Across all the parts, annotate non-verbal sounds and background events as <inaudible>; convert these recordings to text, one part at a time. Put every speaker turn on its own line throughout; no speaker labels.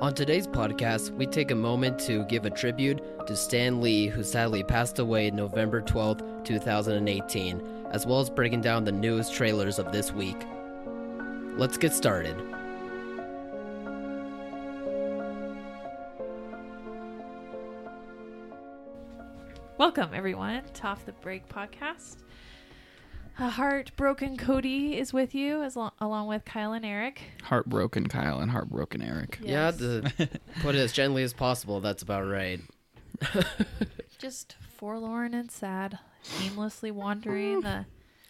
On today's podcast, we take a moment to give a tribute to Stan Lee, who sadly passed away November 12, 2018, as well as breaking down the newest trailers of this week. Let's get started.
Welcome, everyone, to Off the Break podcast. A heartbroken Cody is with you, as lo- along with Kyle and Eric.
Heartbroken Kyle and heartbroken Eric.
Yeah,
Yes.
to put it as gently as possible, that's about right.
just forlorn and sad, aimlessly wandering the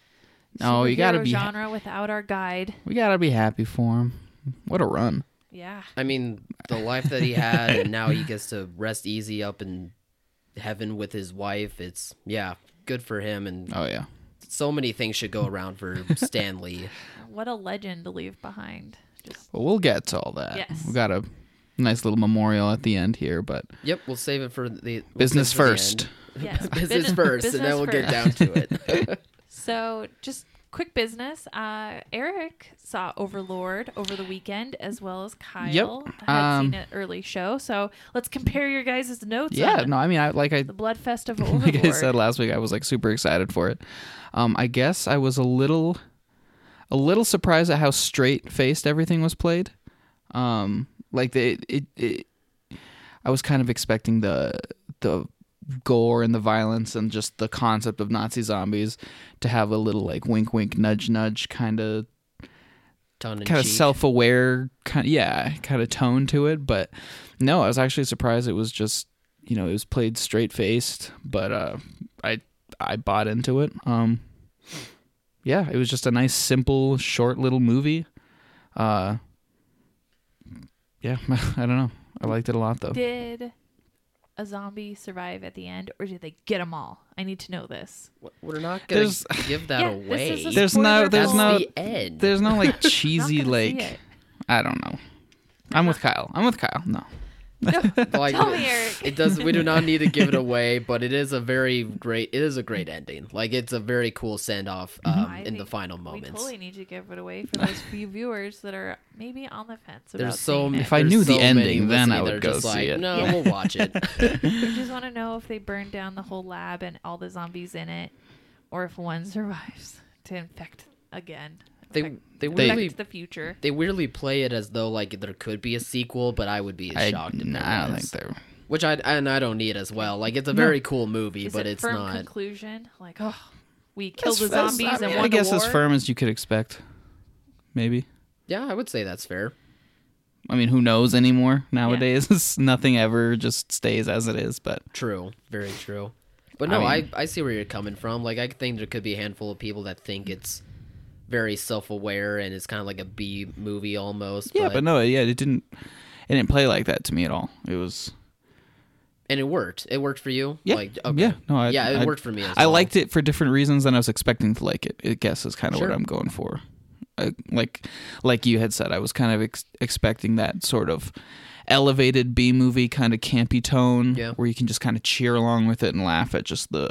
<laughs> No, you gotta
superhero
be ha-
genre without our guide.
We gotta be happy for him. What a run!
Yeah,
I mean, the life that he had, and now he gets to rest easy up in heaven with his wife. It's, yeah, good for him. And
Oh yeah,
so many things should go around for Stan Lee.
what a legend to leave behind. Just
but we'll get to all that.
Yes.
We got a nice little memorial at the end here, but
Yep, we'll save it for the we'll
business
save it for the
first.
end.
yes, <laughs>
business first, and then we'll
first.
get down to
<laughs>
it.
So, just quick business. Uh, Eric saw Overlord over the weekend, as well as Kyle had
Um,
seen an early show. So let's compare your guys' notes.
Yeah,
on
no, I mean, I like I
the blood fest
<laughs>
of Overlord.
like I said last week, I was like super excited for it. Um, I guess I was a little, a little surprised at how straight faced everything was played. Um, like the it, it, it, I was kind of expecting the the gore and the violence and just the concept of Nazi zombies to have a little like wink wink nudge nudge kind of
Tongue in
kind of
cheek.
self-aware kind yeah kind of tone to it but no i was actually surprised it was just you know it was played straight-faced but uh i i bought into it um yeah it was just a nice simple short little movie uh yeah <laughs> i don't know i liked it a lot though
Did a zombie survive at the end, or did they get them all? I need to know this.
We're not gonna
There's-
give that
Yeah, this
away.
is a
There's no-
spoiler
That's
there's
filled-
no-
the end.
there's no like
<laughs> Not
cheesy
gonna see
like
it.
i don't know i'm with kyle i'm with kyle no
like,
<laughs>
Tell me, Eric. <laughs>
It does. We do not need to give it away, but it is a very great. It is a great ending. Like it's a very cool send off um,
I
in the
think
final
We
moments.
totally need to give it away for those few viewers that are maybe on the fence. About
There's so
seeing
many.
it.
If I knew the ending, then I would go
just
see
like,
it.
No,
Yeah.
we'll watch it.
<laughs> I just want to know if they burned down the whole lab and all the zombies in it, or if one <laughs> survives to infect again.
they
infect,
they
infect
weirdly
the future.
they weirdly play it as though like there could be a sequel, but I would be
I,
shocked. if
nah,
there
I don't
was.
think they're
Which I and I don't need as well. Like it's a very cool movie,
Is
but
it
it's
firm
not.
conclusion? Like, oh, we killed the
As- as-
zombies
I mean,
and
I
won the
guess as
war?
firm as you could expect. Maybe.
Yeah, I would say that's fair.
I mean, who knows anymore nowadays? <laughs> Nothing ever just stays as it is. But
True, very true. But
I
no, I,
mean-
I see where you're coming from. Like I think there could be a handful of people that think it's very self aware and it's kind of like a B movie almost.
yeah,
but,
but no, yeah, it didn't. It didn't play like that to me at all. It was
and it worked. It worked for you.
yeah,
like okay.
yeah, no, I,
yeah, it
I-
worked for me. As
I
well.
liked it for different reasons than I was expecting to like it. I guess is kind of
Sure.
what I'm going for. I, like, like you had said, I was kind of ex- expecting that sort of elevated B movie kind of campy tone,
Yeah.
where you can just kind of cheer along with it and laugh at just the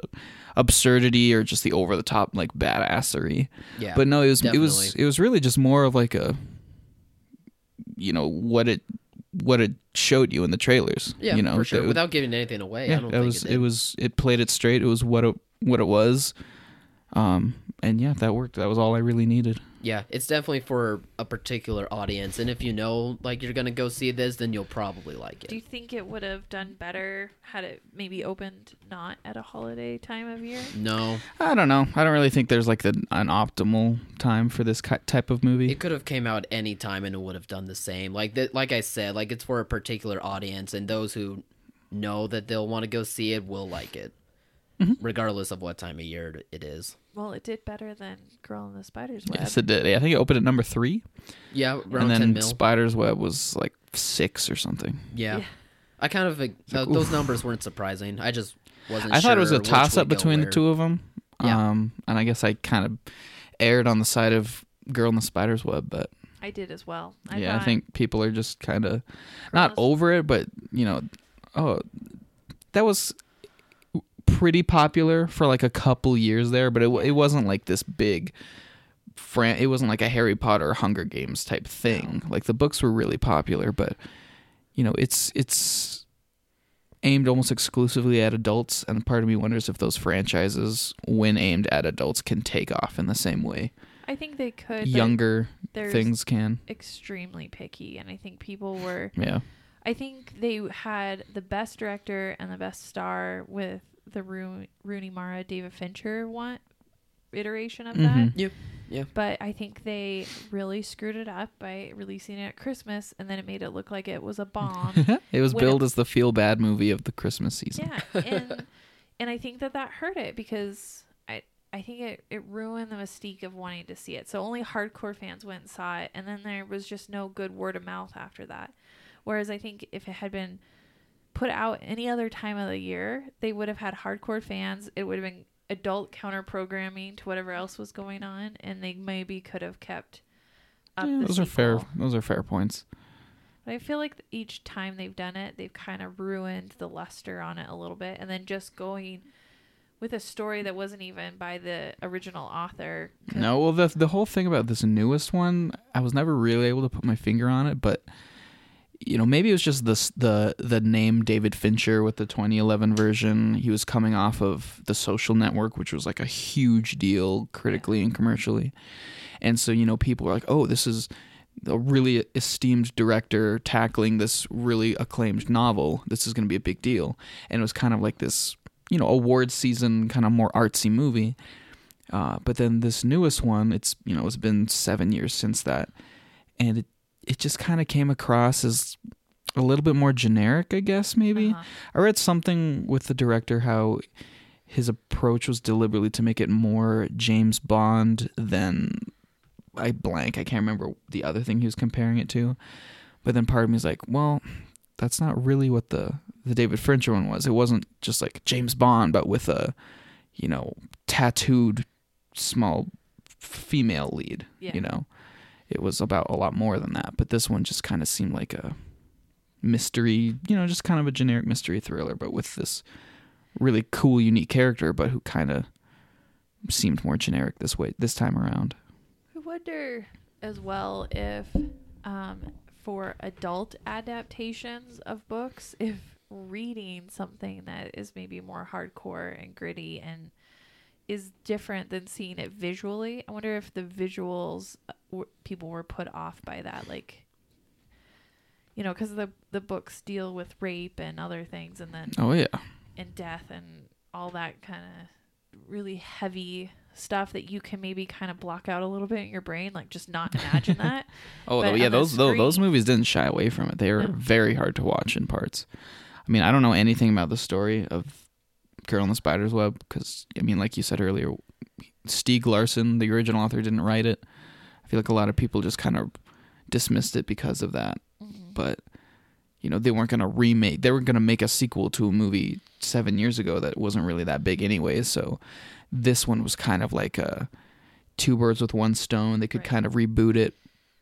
absurdity or just the over the top like badassery.
Yeah,
but no, it was it was
definitely.
it was really just more of like a, you know what it what it showed you in the trailers.
Yeah,
you know,
for sure.
the-
Without giving anything away, I
yeah,
don't
it
think
was
it,
it,
did.
was it played it straight. It was what it what it was, um, and yeah, that worked. That was all I really needed.
Yeah, it's definitely for a particular audience, and if you know like you're gonna go see this, then you'll probably like
Do you
it.
think it would have done better had it maybe opened not at a holiday time of year?
No,
I don't know. I don't really think there's like the, an optimal time for this ki- type of movie.
It could have came out any time and it would have done the same. Like that, like I said, like it's for a particular audience, and those who know that they'll want to go see it will like it,
Mm-hmm.
regardless of what time of year it- it is.
Well, it did better than Girl in the Spider's Web.
yes, it did. Yeah, I think it opened at number three,
Yeah, around
and
ten
then
mil.
Spider's Web was like six or something.
yeah.
Yeah.
I kind of like, th- those numbers weren't surprising. I just wasn't.
I thought it was
sure
a
which
toss up
would go
between the
where.
two of them.
Yeah.
Um, and I guess I kind of erred on the side of Girl in the Spider's Web, but
I did as well. I
yeah, I
thought
think people are just kind of not
Girls-
over it, but you know, oh, that was pretty popular for like a couple years there, but it wa- it wasn't like this big. Fran- it wasn't like a Harry Potter, Hunger Games type thing. Like the books were really popular, but you know, it's it's aimed almost exclusively at adults, and part of me wonders if those franchises, when aimed at adults, can take off in the same way
I think they could. Young
younger
there's
things can.
extremely picky, and I think people were.
Yeah,
I think they had the best director and the best star with the Roo- Rooney Mara David Fincher one iteration of that.
Mhm.
Yep. Yeah.
But I think they really screwed it up by releasing it at Christmas, and then it made it look like it was
Mm.
a
<laughs>
bomb.
it was
When it-
billed as the feel bad movie of the Christmas season.
yeah,
<laughs>
and and I think that that hurt it because I I think it it ruined the mystique of wanting to see it. So only hardcore fans went and saw it, and then there was just no good word of mouth after that. Whereas I think if it had been put out any other time of the year, they would have had hardcore fans. It would have been adult counter programming to whatever else was going on, and they maybe could have kept up.
Yeah,
the
those are fair.
sequel.
Those are fair points.
But I feel like each time they've done it, they've kind of ruined the luster on it a little bit, and then just going with a story that wasn't even by the original author. could-
No, well, the the whole thing about this newest one, I was never really able to put my finger on it, but you know, maybe it was just this the the name David Fincher with the 2011 version. He was coming off of The Social Network, which was like a huge deal critically and commercially, and so you know, people were like, "Oh, this is." A really esteemed director tackling this really acclaimed novel. This is going to be a big deal. And it was kind of like this, you know, award season, kind of more artsy movie. Uh, but then this newest one, it's you know it's been seven years since that, and it it just kind of came across as a little bit more generic, I guess maybe.
Uh-huh.
I read something with the director how his approach was deliberately to make it more James Bond than I blank. I can't remember the other thing he was comparing it to. But then part of me is like, well, that's not really what the the David Fincher one was. It wasn't just like James Bond, but with a you know tattooed small female lead.
Yeah.
You know, it was about a lot more than that. But this one just kind of seemed like a mystery, you know, just kind of a generic mystery thriller, but with this really cool, unique character, but who kind of seemed more generic this way this time around.
I wonder as well if um, for adult adaptations of books, if reading something that is maybe more hardcore and gritty and is different than seeing it visually. I wonder if the visuals uh, w- people were put off by that, like you know, because the the books deal with rape and other things, and then
Oh yeah,
and death and all that kind of really heavy stuff that you can maybe kind of block out a little bit in your brain, like just
<laughs>
not imagine that.
Oh
But
though, yeah,
on the
those though, those
screen-
movies didn't shy away from it. They were
No.
very hard to watch in parts. I mean, I don't know anything about the story of Girl in the Spider's Web because I mean, like you said earlier, Stieg Larsson, the original author, didn't write it. I feel like a lot of people just kind of dismissed it because of that.
Mhm.
But you know, they weren't going to remake. They were going to make a sequel to a movie seven years ago that wasn't really that big anyway. So this one was kind of like a two birds with one stone. They could
Right.
kind of reboot it,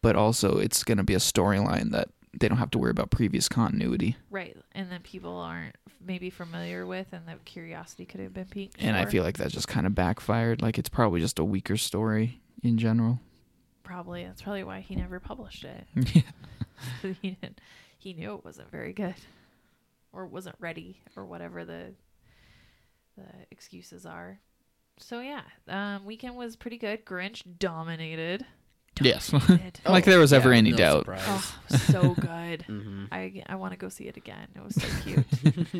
but also it's going to be a storyline that they don't have to worry about previous continuity.
Right. And then people aren't maybe familiar with, and the curiosity could have been piqued.
And I
for.
feel like that just kind of backfired. Like it's probably just a weaker story in general. <laughs>
probably that's probably why he never published it. <laughs>
<laughs>
he didn't, he knew it wasn't very good or wasn't ready or whatever the the excuses are. So yeah, um, weekend was pretty good. Grinch
<laughs>
dominated.
Yes.
Dominated.
Oh,
Like there was ever
yeah,
any
no
doubt.
surprise.
oh, it was
<laughs>
so good.
Mhm.
I I want to go see it again. It was so cute,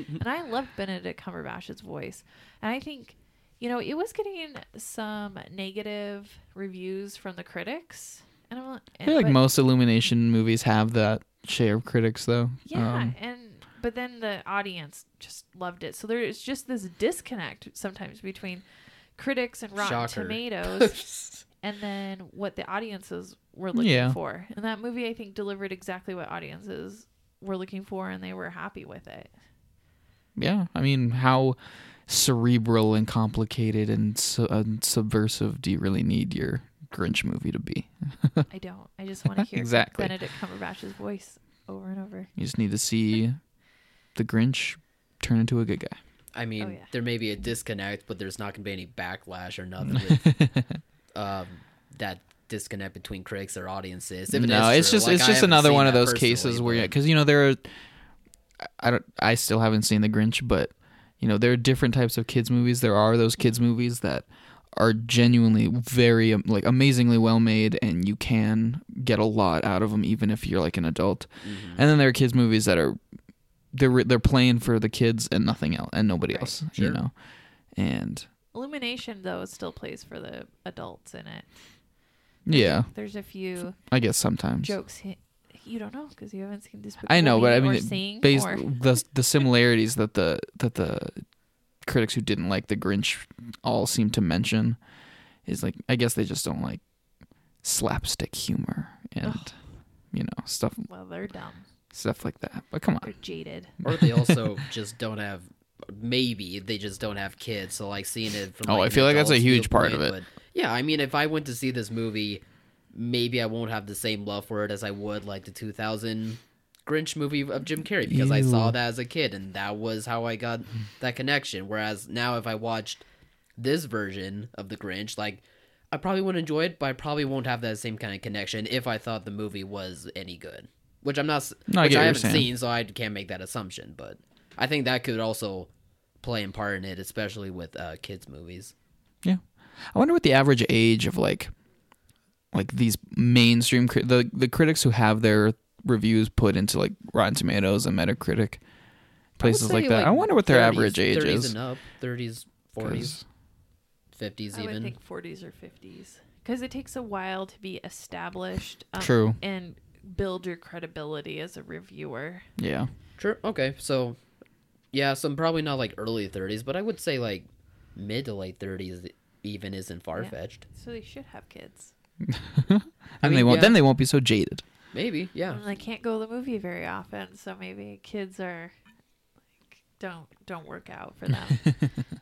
and I loved Benedict Cumberbatch's voice. And I think, you know, it was getting some negative reviews from the critics. And I'm like,
I feel like
but-
most Illumination movies have that share of critics, though.
Yeah,
Um,
and but then the audience just loved it. So there is just this disconnect sometimes between critics and Rotten
Shocker.
<laughs>
Tomatoes, and then what the audiences were looking
Yeah.
for. And that movie, I think, delivered exactly what audiences were looking for, and they were happy with it.
yeah. I mean, how cerebral and complicated and, su- and subversive do you really need your Grinch movie to be?
I don't. I just
<laughs>
want to hear
Exactly.
Benedict Cumberbatch's voice over and over.
You just need to see the Grinch turn into a good guy.
I mean,
yeah.
there may be a disconnect, but there's not going to be any backlash or nothing with
<laughs>
um, that disconnect between critics or audiences. If it
no,
is
it's
true.
just
Like,
it's
I
just
haven't
another
seen
one of
that
those
personally,
cases where
but-
because you know there are I don't I still haven't seen The Grinch, but you know, there are different types of kids movies. There are those kids movies that are genuinely very um, like amazingly well made and you can get a lot out of them even if you're like an adult.
Mm-hmm.
And then there are kids movies that are they're they're playing for the kids and nothing else and nobody
Right.
else, you
Sure.
know. And
Illumination though still plays for the adults in it.
yeah,
There's a few
I guess sometimes.
jokes. hi- you don't know because you haven't seen this.
I know, but I
Despicable Me
mean,
or Sing
based
or-
the the similarities that the that the critics who didn't like the Grinch all seem to mention is like I guess they just don't like slapstick humor and you know stuff
well, they're dumb.
stuff like that. But come on,
They're jaded.
<laughs> or they also just don't have maybe they just don't have kids so like seeing it from
Oh,
like,
I
an
feel like that's a
adult's
huge part of
viewpoint
it.
would- yeah i mean if i went to see this movie maybe i won't have the same love for it as i would like the 2000 grinch movie of jim carrey because i saw
Ew.
that as a kid and that was how i got that connection whereas now if i watched this version of the grinch like i probably would enjoy it but i probably won't have that same kind of connection if i thought the movie was any good which i'm not s-
No, I
which
get what
I
you're
haven't
saying.
seen, so I can't make that assumption. But I think that could also play a part in it, especially with uh, kids movies.
yeah. I wonder what the average age of like like these mainstream cri- the the critics who have their reviews put into like Rotten Tomatoes and Metacritic places like that. I wonder what their average age is.
and up, thirties, forties,
'Cause-
fifties,
I would
even.
think 40s or 50s because it takes a while to be established. um,
True.
And build your credibility as a reviewer.
Yeah.
Sure. Okay. So, yeah, so probably not like early thirties, but I would say like mid to late thirties even isn't far fetched.
So they should have kids.
And
mean,
they won't
yeah.
then they won't be so jaded.
Maybe. Yeah.
And they can't go to the movie very often, so maybe kids are like don't don't work out
<laughs>
for them.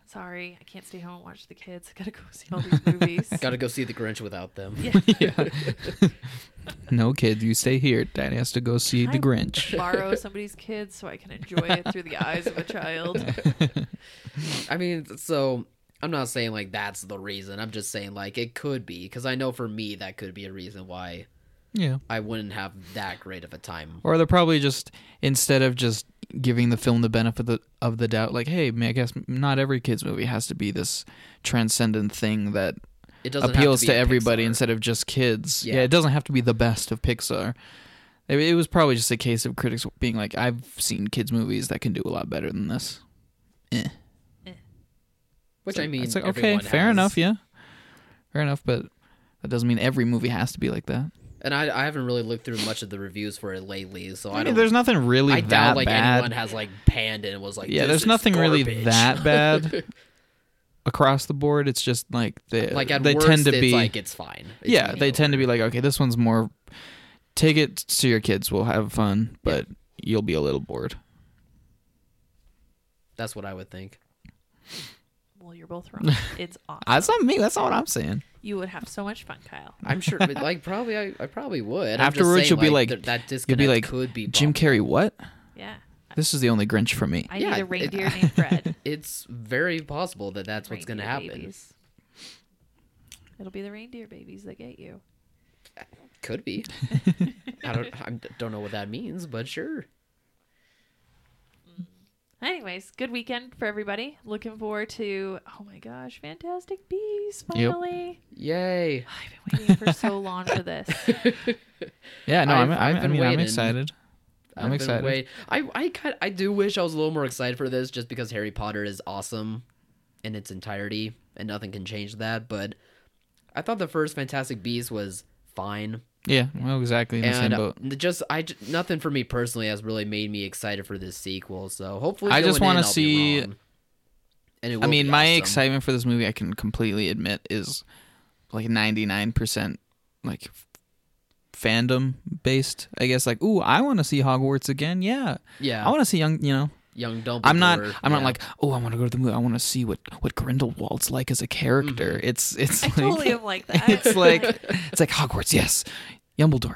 Sorry, I can't stay home and watch the kids. I gotta go see all
<laughs>
these movies.
Got to go see the Grinch without them. <laughs>
No kid, you stay here. Dad has to go see
Can
the
I <laughs>
Grinch.
Borrow somebody's kids so I can enjoy it through the eyes of
<laughs>
a child.
I mean, so I'm not saying like that's the reason. I'm just saying like it could be because I know for me that could be a reason why
Yeah.
I wouldn't have that great of a time.
Or they're probably just instead of just giving the film the benefit of the, of the doubt, like, hey, I guess not every kids movie has to be this transcendent thing that
It doesn't
appeals
have to, be
to
a
everybody
Pixar.
instead of just kids. Yeah.
Yeah.
it doesn't have to be the best of Pixar. It, it was probably just a case of critics being like, I've seen kids movies that can do a lot better than this.
Which I mean,
it's like okay,
everyone
fair
has.
enough, yeah, fair enough, but that doesn't mean every movie has to be like that.
And I, I haven't really looked through much of the reviews for it lately, so I,
I, mean,
don't.
there's nothing really
I
that
doubt like
bad.
anyone has like panned it and was like,
yeah,
"This
there's
is
nothing really
garbage."
that bad across the board. It's just like they
<laughs> Like at
they
worst,
tend to
it's
be
like it's fine. It's
yeah, they
mediocre.
tend to be like okay, this one's more. Take it to your kids. We'll have fun, but you'll be a little bored.
That's what I would think.
Well, you're both
<laughs>
wrong. It's awesome.
Ah, That's not me. That's not what I'm saying.
You would have so much fun, Kyle.
I'm sure,
<laughs>
but like probably I, I probably would. I'm just
Afterwards,
saying,
you'll be
like,
like-
th- that
You'll
disconnect
be like
could be
Jim
problematic."
Carrey. What?
Yeah.
This is the only Grinch for me.
I
Yeah,
need a
it- <laughs>
reindeer named Fred.
It's very possible that that's what's going to
Reindeer
happen.
babies. It'll be the reindeer babies that get you.
Could
<laughs>
be. I don't. I don't know what that means, but sure.
Anyways, good weekend for everybody. Looking forward to oh my gosh, Fantastic Beasts
Yep.
finally.
<laughs>
Yay!
I've been waiting for so long for this.
Yeah, no,
I've-
I'm, I'm,
I've
I
been
mean, I'm
waiting.
excited.
I've
I'm
been
excited.
wait- I I kind I do wish I was a little more excited for this, just because Harry Potter is awesome in its entirety, and nothing can change that. But I thought the first Fantastic Beast was fine,
Yeah, well, exactly in the same
and
boat.
uh, just I j- nothing for me personally has really made me excited for this sequel. So hopefully,
I just
going in,
wanna
I'll be
see-
wrong. And it
I
will
mean,
be
my
awesome.
excitement for this movie, I can completely admit, is like 99% like f- fandom based. I guess like, ooh, I want to see Hogwarts again. Yeah.
Yeah,
I want to see young, you know.
young Dumbledore.
I'm not I'm not
yeah.
like, "Oh, I want to go to the movie. I want to see what what Grindelwald's like as a character."
Mm-hmm.
It's it's
I
like <laughs>
totally am like that. <laughs>
it's like it's like Hogwarts, yes. Dumbledore,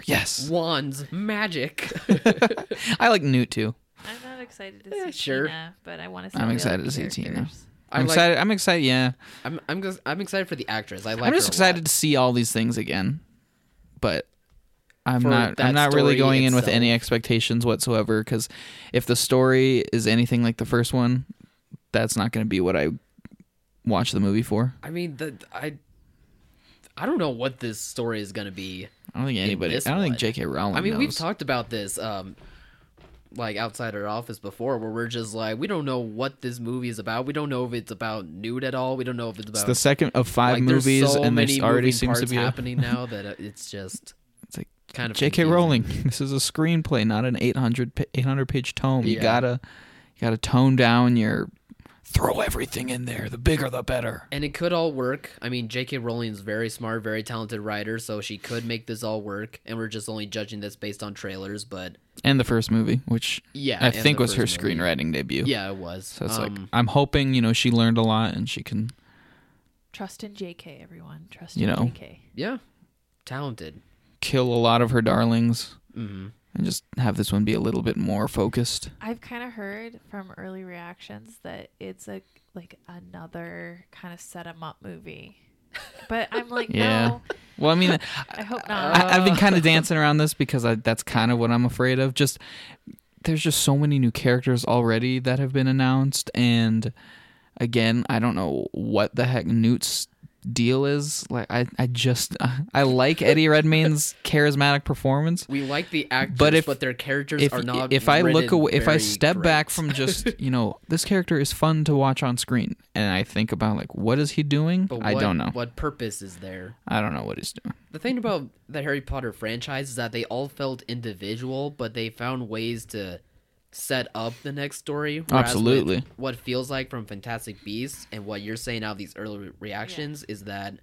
<laughs>
yes.
wands, magic.
<laughs> I like Newt too.
I'm not excited to see
Eh, sure.
Tina, but I want to see
I'm
all the
excited
other
to see Tina.
characters.
I
I'm
like-
excited. I'm excited. Yeah,
I'm I'm just I'm excited for the actress. I like.
I'm just
her a lot.
excited to see all these things again. But I'm
for
not.
that
I'm not really
story
going in with
itself.
any expectations whatsoever because if the story is anything like the first one, that's not going to be what I watch the movie for.
I mean, the, I I don't know what this story is going to be.
I don't think anybody. I
this
don't
one.
think J.K. Rowling.
I mean, we've
knows.
talked about this, um, like outside our office before, where we're just like, we don't know what this movie is about. We don't know if it's about nude at all. We don't know if it's
It's
about
the second of five
like, there's
movies,
so
and
many
there's already
moving
seems to
parts
be a,
happening
<laughs>
now that uh, it's just
It's like,
kind of
J.K.
confusing.
Rowling. <laughs> This is a screenplay, not an 800 pa- 800 page tome. You
Yeah.
gotta you gotta tone down your throw everything in there. The bigger, the better.
And it could all work. I mean, J.K. Rowling's very smart, very talented writer, so she could make this all work. And we're just only judging this based on trailers, but
And the first movie, which
yeah,
I
and
think
the
was her
first movie.
screenwriting debut.
Yeah, it was.
So it's like
Um,
I'm hoping you know she learned a lot and she can
Trust in JK, everyone. Trust
You
in
know.
JK.
yeah, talented.
kill a lot of her darlings
hmm
and just have this one be a little bit more focused.
I've kind of heard from early reactions that it's a like another kind of set 'em up movie. But I'm like,
<laughs> Yeah.
no,
Well,
<laughs>
I mean,
I hope not.
I, I've been kind of dancing around this because I, that's kind of what I'm afraid of. Just there's just so many new characters already that have been announced, and again, I don't know what the heck Newt's deal is. Like, I I just <laughs> I like Eddie
<laughs>
Redmayne's charismatic performance.
We like the actors,
But
but,
if-
their characters
If,
are not.
if I look
written
away, if I
very
step back
great.
from
<laughs>
just you know this character is fun to watch on screen, and I think about like what is he doing?
but
I
what-
don't know.
what purpose is there.
I don't know what he's doing.
The thing about the Harry Potter franchise is that they all felt individual, but they found ways to set up the next story. whereas
Absolutely.
with What feels like from Fantastic Beasts and what you're saying out of these early reactions is that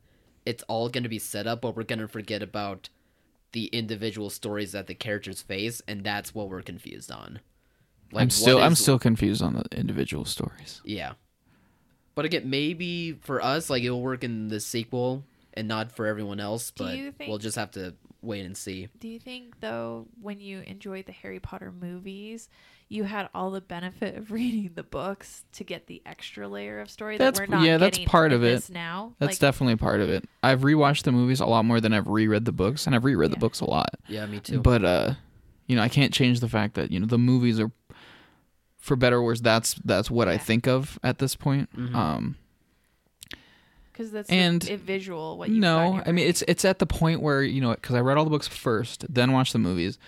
it's all going to be set up, but we're going to forget about the individual stories that the characters face, and that's what we're confused on. Like,
I'm
what
still I'm
is-
still confused on the individual stories.
Yeah. But again, maybe for us, like it'll work in the sequel and not for everyone else,
Do
but
you think-
we'll just have to wait and see.
Do you think though when you enjoyed the Harry Potter movies, you had all the benefit of <laughs> reading the books to get the extra layer of story
That's-
that we're not
yeah, that's
getting
part
in
of it.
this now?
That's
like,
definitely part of it. I've rewatched the movies a lot more than I've reread the books, and I've reread the
Yeah.
books a lot.
Yeah, me too.
But uh, you know, I can't change the fact that you know the movies are, for better or worse, that's that's what I
Yeah.
think of at this point.
Mm-hmm.
Um,
because that's and
and-
the, visual what you got in
no,
your
I mean
brain.
it's it's at the point where you know because I read all the books first, then watched the movies,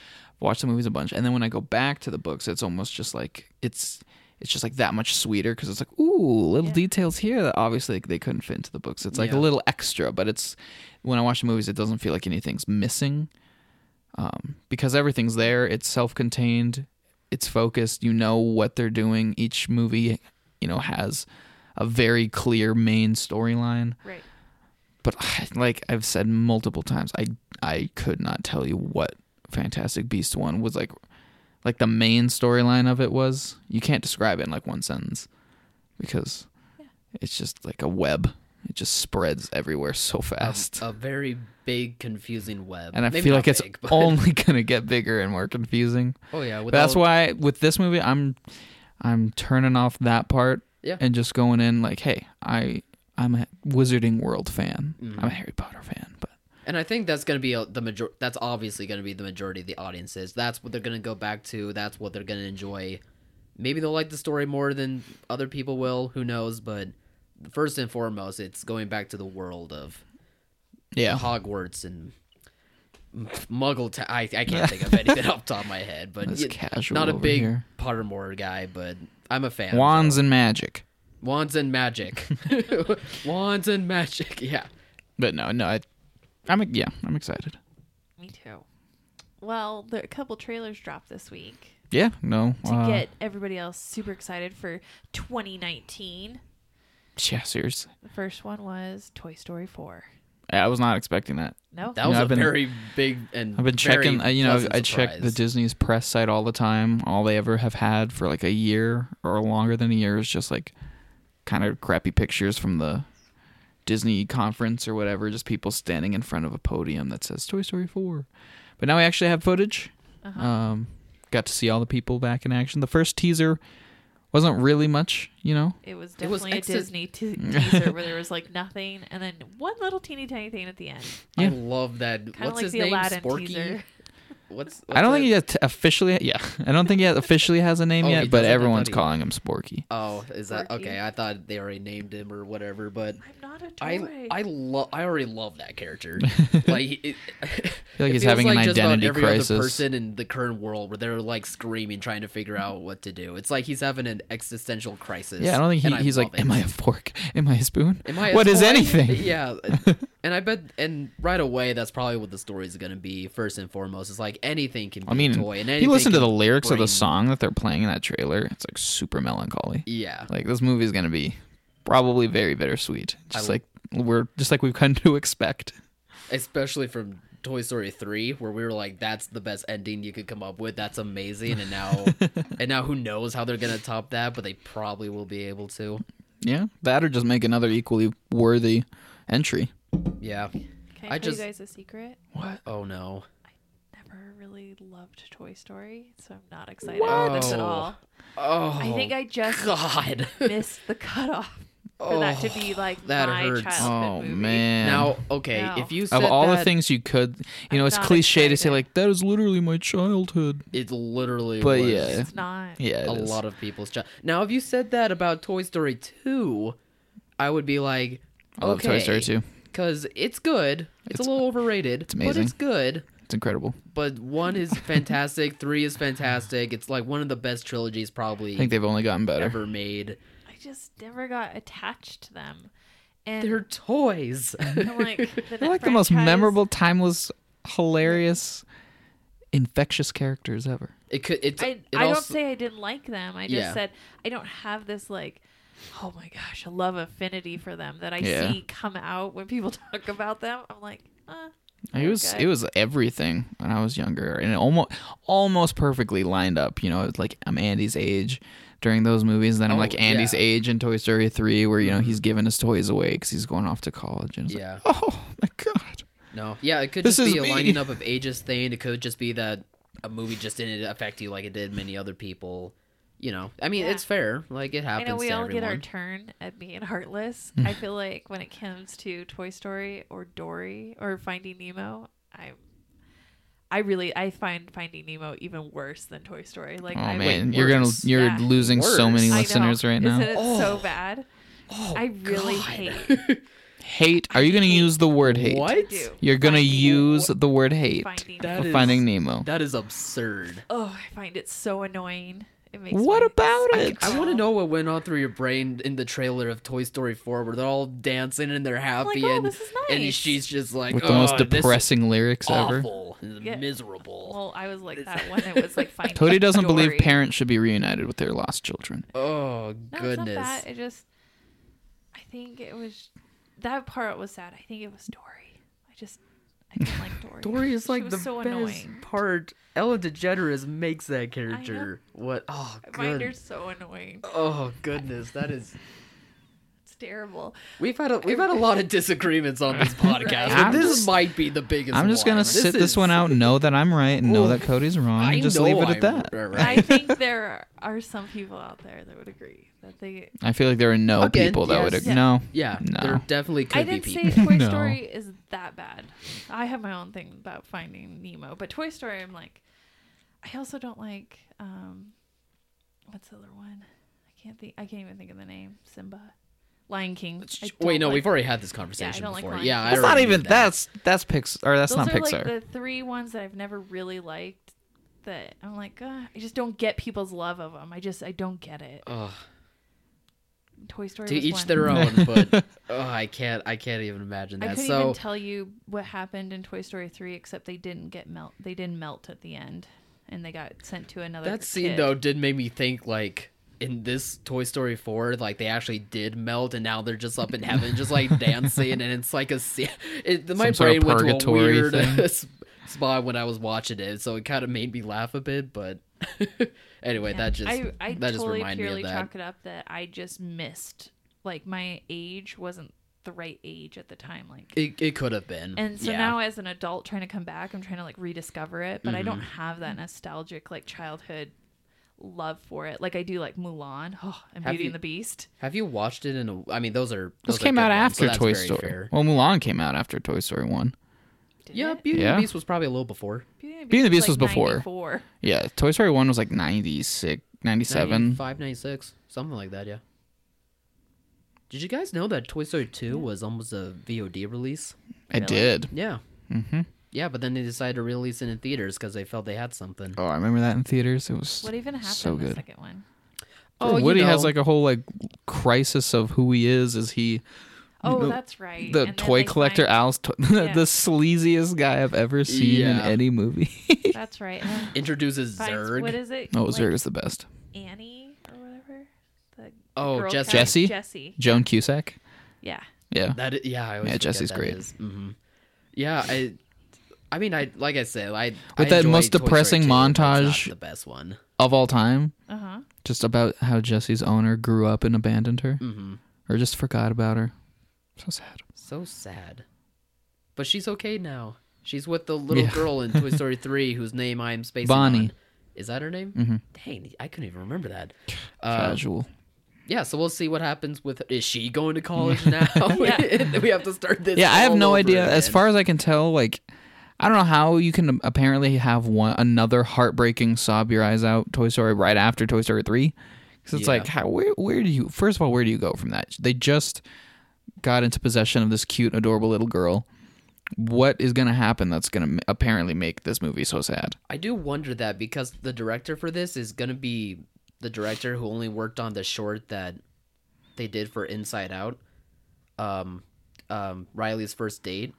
watched the movies a bunch, and then when I go back to the books, it's almost just like it's it's just like that much sweeter because it's like ooh little
Yeah.
details here that obviously they couldn't fit into the books. It's like a
Yeah.
little extra, but it's when I watch the movies, it doesn't feel like anything's missing um, because everything's there. It's self-contained. It's focused. You know what they're doing. Each movie, you know, has a very clear main storyline
right.
but <sighs> like I've said multiple times, I I could not tell you what Fantastic Beast one was like, like the main storyline of it was. You can't describe it in like one sentence because it's just like a web. It just spreads everywhere so fast,
a very big, confusing web.
and I
Um, uh, Maybe
feel
not
like it's
big, but-
only <laughs> gonna get bigger and more confusing.
<laughs> Oh
<laughs>
yeah, without,
But that's why with this movie, I'm I'm turning off that part
Yeah.
and just going in like, hey, I I'm a Wizarding World fan.
Mm-hmm.
I'm a Harry Potter fan, but.
And I think that's gonna be a, the major. That's obviously gonna be the majority of the audiences. That's what they're gonna go back to. That's what they're gonna enjoy. Maybe they'll like the story more than other people will. Who knows? But first and foremost, it's going back to the world of
Yeah.
Hogwarts and m- Muggle. Ta- I I
<laughs>
can't think of anything off the top of my head, but
That's
yeah,
casual
not a
over
big
here.
Pottermore guy, but I'm a fan.
Wands and magic.
Wands and
<laughs>
magic, <laughs> wands and magic. <laughs> Yeah,
But no, no, I, I'm yeah, I'm excited.
Me too. Well, there, a couple trailers dropped this week
Yeah, no.
to
uh,
get everybody else super excited for 2019.
yeah, seriously.
The first one was Toy Story 4.
I was not expecting that.
No,
that was
I've
a
been-
very big and
I've been
very
checking. I, you know,
pleasant
I check the
surprise.
Disney's press site all the time. All they ever have had for like a year or longer than a year is just like kind of crappy pictures from the Disney conference or whatever. Just people standing in front of a podium that says Toy Story Four. But now we actually have footage.
Uh-huh.
Um, got to see all the people back in action. The first teaser wasn't really much, you know.
it was
It was
definitely
exit-
a
<laughs>
Disney te- teaser where there was like nothing and then one little teeny tiny thing at the end.
I
Yeah.
love that.
Kind of
what's
like
his
the
name?
Aladdin
Sporky.
teaser.
What's, what's
I don't think
it?
he has t- officially. Yeah, <laughs> I don't think he has, officially has a name
Oh, he
yet, but
doesn't? I thought
everyone's
he-
calling him Sporky.
Oh, is that
Sparky.
okay? I thought they already named him or whatever, but
I'm not a
I
toy.
I love I already love that
<laughs>
character. like he- it, <laughs> I
feel like he's having an identity
every
crisis.
Other person in the current world where they're like screaming, trying to figure out what to do. It's like he's having an existential crisis.
Yeah, I don't think
and
he, he's like,
love it.
"Am I a fork? <laughs> Am I a spoon?
Am I a
What is
toy?"
anything?"
<laughs>
<laughs>
Yeah, and I bet and right away that's probably what the story is going to be first and foremost. It's like anything can be
I mean,
a toy. And
you
anything
listen to
can
the lyrics of
bring-
the song that they're playing in that trailer. It's like super melancholy.
Yeah,
Like this movie's gonna be probably very bittersweet. Just like we're just like we've <laughs> come to expect.
especially from Toy Story 3 where we were like that's the best ending you could come up with that's amazing and
<laughs>
now and now who knows how they're going to top that but they probably will be able to
Yeah, that or just make another equally worthy entry.
yeah
Can
I
I, tell
just-
you guys a secret?
What?
oh no
Never really loved Toy Story, so I'm not excited about this at
Whoa.
all.
oh
I think I just
god
<laughs> missed the cutoff for that to be like
Oh, that
my
hurts.
childhood
Oh
movie.
man.
now okay
No.
if you
of
said
all the
that,
things you could, you know,
I'm
it's
not
cliche to say
excited.
like that is literally my childhood.
it literally
But
was
yeah.
It's not.
Yeah, it
a
is.
lot of people's child now if you said that about Toy Story 2 I would be like
I love Toy Story
okay,
too.
cuz it's good it's,
It's-
a little overrated it's but
amazing.
it's good
It's incredible.
but one is fantastic, three is fantastic. It's like one of the best trilogies probably
I think they've only gotten better.
ever made.
I just never got attached to them. And
They're toys.
<laughs>
<laughs>
I'm like, the
They're like the most memorable, timeless, hilarious, infectious characters ever.
It could. It's,
I,
it
I don't
also-
say I didn't like them. I just
Yeah.
said I don't have this like, oh my gosh, a love affinity for them that I
Yeah.
see come out when people <laughs> talk about them. I'm like, uh,
It was
Okay.
it was everything when I was younger, and it almost almost perfectly lined up. You know, it's like I'm Andy's age during those movies, and then I'm
Oh,
like Andy's
yeah. Mm-hmm.
age in Toy Story three, where you know he's giving his toys away because he's going off to college. And it's
Yeah.
like, oh my god,
No. Yeah. It could
This
just be
is
a
me.
lining up of ages thing. It could just be that a movie just didn't affect you like it did many other people. You know. I mean,
Yeah.
it's fair. Like it
I
happens.
know we
to
all
everyone.
get our turn at being heartless. I feel like when it comes to Toy Story or Dory or Finding Nemo, I'm. I really I find Finding Nemo even worse than Toy Story. Like,
oh
I
man,
wait,
you're gonna
worse.
you're
Yeah.
losing so
Worse.
I
many
know.
listeners right now.
Isn't it so
Oh.
bad?
Oh,
I really
God. <laughs>
hate.
hate? Are you gonna use the word hate?
What?
I do.
You're gonna
Finding-
use the word hate
Finding.
That
of
is-
Finding Nemo.
That is absurd.
Oh, I find it so annoying. It makes
What
my-
about
I-
it?
I want to know what went on through your brain in the trailer of Toy Story 4 where they're all dancing and they're happy
oh,
and,
this is
and
nice.
she's just like
With the most
"Oh, this is
depressing lyrics ever.
awful, and
Yeah.
miserable.
Well, I was like that when it
<laughs>
was like finding.
Toadie doesn't believe
Dory.
parents should be reunited with their lost children.
Oh
No, it's not
goodness!
that. It just, I think it was that part was sad. I think it was Dory. I just, I didn't
<laughs>
like Dory.
Dory is
She
like
was
the
so
best
annoying.
part. Ellen DeGeneres makes that character. What? Oh,
I find her
good.
so annoying.
Oh goodness, that is.
It's terrible.
We've had a we've
<laughs>
had a lot of disagreements on this podcast.
I'm
but this
just-
might be the biggest.
I'm just
one.
gonna sit this
is-
one out, know that I'm right, and know
Oof.
that Cody's wrong,
I
and just
know
leave it
I'm
at that.
Right. <laughs>
I think there are some people out there that would agree that they.
I feel like there are no
Again,
people that would
yes.
ag- no.
yeah,
No.
there definitely could
I
be
didn't
people.
say
<laughs>
Toy
No.
Story is that bad. I have my own thing about Finding Nemo, but Toy Story, I'm like, I also don't like. um What's the other one? I can't think. I can't even think of the name. Simba, Lion King. I
Wait,
don't
no,
like
we've already had this conversation
don't like
before.
Lion
yeah,
King.
I
That's not
already
even
knew that.
that's that's Pix or that's
those
not
are
Pixar.
like the three ones that I've never really liked. That I'm like, "Ugh, I just don't get people's love of them. I just, I don't get it.
Ugh.
Toy Story.
to
was
each
one.
their
<laughs>
own, but oh, I can't I can't even imagine
I
that.
couldn't
so
even tell you what happened in Toy Story three, except they didn't get melt. They didn't melt at the end, and they got sent to another.
That scene
kid.
though did make me think like in this Toy Story 4, like they actually did melt, and now they're just up in heaven, just
<laughs>
like dancing, and it's like a se- it, my
Some sort
brain
of
went to a
purgatory
weird <laughs>
thing.
s- spot when I was watching it, so it kind of made me laugh a bit. But <laughs> anyway,
Yeah.
that just
I, I
that just
totally
reminded me
purely
of that.
chalk it up that I just missed. Like my age wasn't the right age at the time. Like
It, it could have been,
And so
Yeah.
now, as an adult trying to come back, I'm trying to like rediscover it, but I don't
Mm-hmm.
have that nostalgic like childhood love for it. Like I do like Mulan <sighs> oh, and
Have
Beauty
you-
and the Beast.
have you watched it in a? I mean, those are
Those
those are
came
good
out
ones, so
after
that's
Toy
very
Story.
fair.
Well, Mulan came out after Toy Story one.
Did
Yeah,
it?
Beauty and
Yeah.
the Beast was probably a little before.
Beauty and
Beauty and the Beast was
like
before.
94.
Yeah, Toy Story 1 was like 96, 97.
95, 96, something like that, yeah. Did you guys know that Toy Story 2 was almost a VOD release?
I did.
Yeah. Mm-hmm. Yeah, but then they decided to release it in theaters because they felt they had something.
Oh, I remember that in theaters. It was
What even happened
so
in the
good.
second one?
Oh, you
Woody
know.
has like a whole like crisis of who he is. Is he
Oh,
know,
that's right.
the
And then
toy
they
collector
find-
Al's to- <laughs>
Yeah.
the sleaziest guy I've ever seen
Yeah.
in any movie. <laughs>
That's right. And then
Introduces
finds-
Zurg.
What is it?
oh,
Like
Zurg is the best.
Annie or whatever. The the
Oh,
girl
Jessie.
character-
Jessie?
Jessie.
Joan Cusack.
Yeah.
Yeah.
That i- yeah, I always
Yeah,
forget
Jesse's
that
great.
hmm Yeah, I, I mean, I like I said, I
With
I
that
enjoy
most
Toy Story
depressing
2, but it's not
montage.
the best one.
Of all time,
Uh huh.
just about how Jesse's owner grew up and abandoned her
hmm
or just forgot about her. So sad.
So sad, but she's okay now. She's with the little
Yeah.
girl in Toy
<laughs>
Story three, whose name I am spacing
Bonnie.
on. Is that her name? Mm-hmm. Dang, I couldn't even remember
<sighs>
that. Uh,
Casual.
yeah, so we'll see what happens with. Is she going to college now? <laughs>
<laughs>
we have to start this.
yeah, I have
all
no
over
idea. As
again.
far as I can tell, like I don't know how you can apparently have one another heartbreaking sob your eyes out Toy Story right after Toy Story three, because it's
Yeah.
like how, where where do you first of all where do you go from that? They just got into possession of this cute, adorable little girl. What is going to happen that's going to apparently make this movie so sad?
I do wonder that because the director for this is gonna be the director who only worked on the short that they did for Inside Out, um, um, Riley's first date.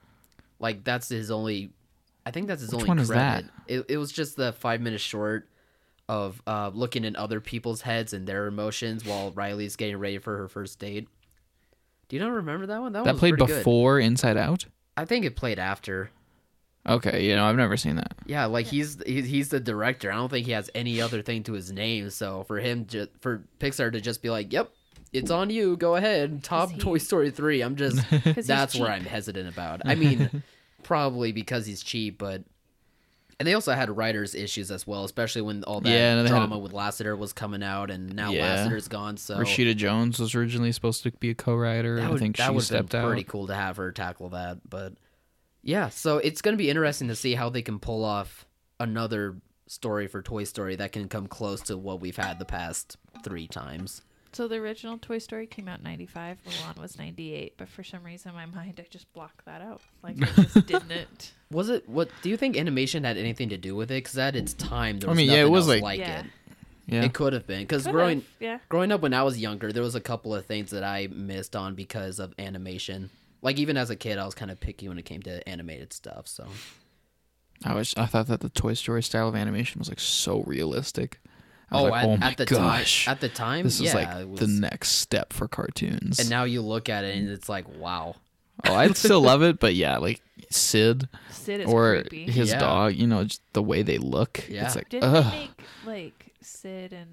Like that's his only. I think that's his only
one
credit.
is that?
It, it was just the five minute short of uh, looking in other people's heads and their emotions while Riley's getting ready for her first date. Do you not remember that one? That, one
that
was
played
Oh, pretty good.
before Inside Out.
I think it played after.
Okay, you know I've never seen that.
Yeah, like he's he's he's the director. I don't think he has any other thing to his name. So for him, ju- for Pixar to just be like, "Yep, it's on you. Go ahead, top
he-
Toy Story three. I'm
<laughs>
just
he's
that's where
cheap.
I'm hesitant about. I mean, probably because he's cheap, but and they also had writers issues as well, especially when all that
Yeah, they had
drama
a-
with Lasseter was coming out, and now
Yeah.
Lasseter's gone. So
Rashida Jones was originally supposed to be a co-writer.
that
and
would,
I think
that
she
would've
stepped
been
out.
pretty cool to have her tackle that. But yeah, so it's going to be interesting to see how they can pull off another story for Toy Story that can come close to what we've had the past three times.
So the original Toy Story came out in 95, Milan was 98, but for some reason in my mind I just blocked that out. Like I
<laughs>
just didn't.
Was it what? Do you think animation had anything to do with it? Because at its time, there
I
was
mean, yeah,
nothing
it was
else
like-
like
Yeah.
it.
Yeah.
It could have been because
Could've,
growing
yeah.
growing up when I was younger, there was a couple of things that I missed on because of animation. Like even as a kid, I was kind of picky when it came to animated stuff. So
I was I thought that the Toy Story style of animation was like so realistic. I was
oh,
like,
at,
oh my
at the
gosh,
time, at the time,
this
yeah,
is
it
like
was,
the next step for cartoons.
And now you look at it and it's like, wow. <laughs>
oh, I still love it, but yeah, like Sid
Sid is
or
creepy.
his
Yeah.
dog, you know, just the way they look.
Yeah.
It's like,
Didn't
ugh.
they make like Sid and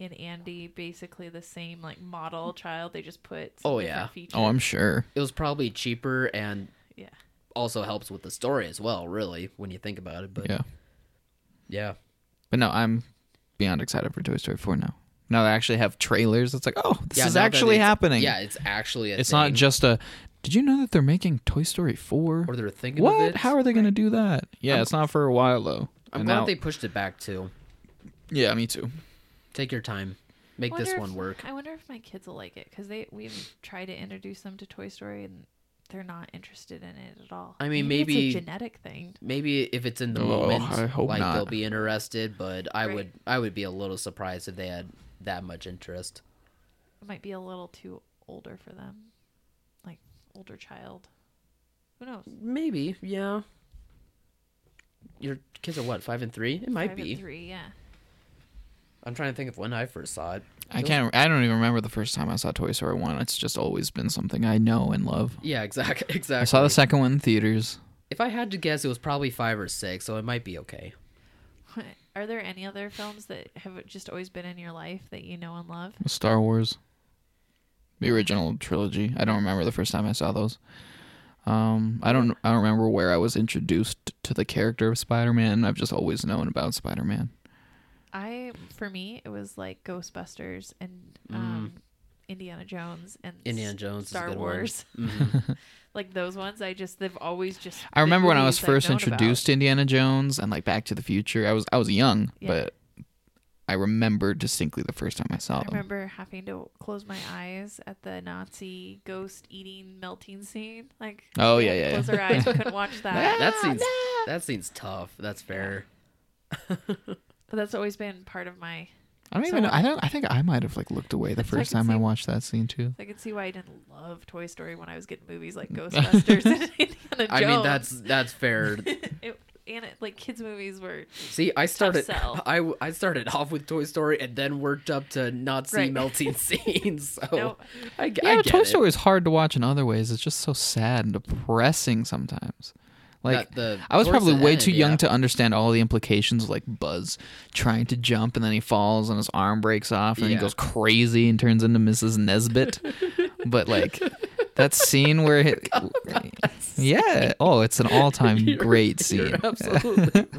and Andy basically the same like model child? They just put some
Oh,
different
yeah.
features.
oh, I'm sure.
It was probably cheaper and
yeah.
also helps with the story as well, really, when you think about it. But
Yeah,
yeah.
but no, I'm beyond excited for Toy Story 4 now. Now they actually have trailers. It's like, oh, this
Yeah,
is
now that
actually
it's-
happening.
Yeah, it's actually a
it's not
thing,
just a. Did you know that they're making Toy Story 4?
or they're thinking of
What?
it.
How are they going to do that? Yeah, it's not for a while though.
I'm
And
glad
now-
they pushed it back too.
Yeah, me too.
Take your time. Make this
Wonder
one
if-
work.
I wonder if my kids will like it because they we've tried to introduce them to Toy Story and they're not interested in it at all.
I mean, maybe-
it's a genetic thing.
Maybe if it's in the
Oh,
moment,
I hope
like
not.
they'll be interested, but I
Right.
would I would be a little surprised if they had that much interest.
It might be a little too older for them, like older child. Who knows?
Maybe, yeah. Your kids are what, five and three? It might
Five and
be.
three. Yeah. <laughs>
I'm trying to think of when I first saw it.
I can't. I don't even remember the first time I saw Toy Story one. It's just always been something I know and love.
<laughs> Yeah, <laughs> exactly. Exactly.
I saw the second one in theaters.
If I had to guess, it was probably five or six, so it might be okay.
Are there any other films that have just always been in your life that you know and love?
Star Wars, the original trilogy. I don't remember the first time I saw those. Um, I don't. I don't remember where I was introduced to the character of Spider Man. I've just always known about Spider Man.
I for me it was like Ghostbusters and um Indiana Jones and
Indiana Jones is a
Star
good one.
Wars,
Mhm.
<laughs> like those ones. I just they've always just.
I remember
been
when I was
movies I've
first
known about.
introduced to Indiana Jones and like Back to the Future. I was I was young,
Yeah.
but I remember distinctly the first time I saw
I
them.
remember having to close my eyes at the Nazi ghost eating melting scene. Like
Oh,
we
yeah,
had to
yeah,
Close
yeah.
our eyes. We couldn't watch
Ah,
that.
that seems that seems tough. That's fair.
But that's always been part of my.
I don't
So
even know.
what-
I don't. I think I might have like looked away the
So I
first
can
time I
see-
watched that scene too.
I could see why I didn't love Toy Story when I was getting movies like Ghostbusters and <laughs> Indiana Jones.
I mean that's that's fair.
<laughs> it, and it, like kids movies were
See, I started
sell.
<laughs> I w- I started off with Toy Story and then worked up to Nazi
Right. <laughs>
melting scenes. So
Nope.
<laughs> I, g-
Yeah,
I
but
get
Toy
it.
Story is hard to watch in other ways. It's just so sad and depressing sometimes. Like
That- the-
I was
towards
probably
the
way
end,
too
<laughs>
young
yeah.
to understand all the implications of like Buzz trying to jump and then he falls and his arm breaks off and then he
Yeah.
goes crazy and turns into Mrs.
<laughs>
Nesbit. but like that scene where he, <laughs> yeah, oh, it's an
<laughs>
all-time
You're-
great
You're
scene.
absolutely. <laughs>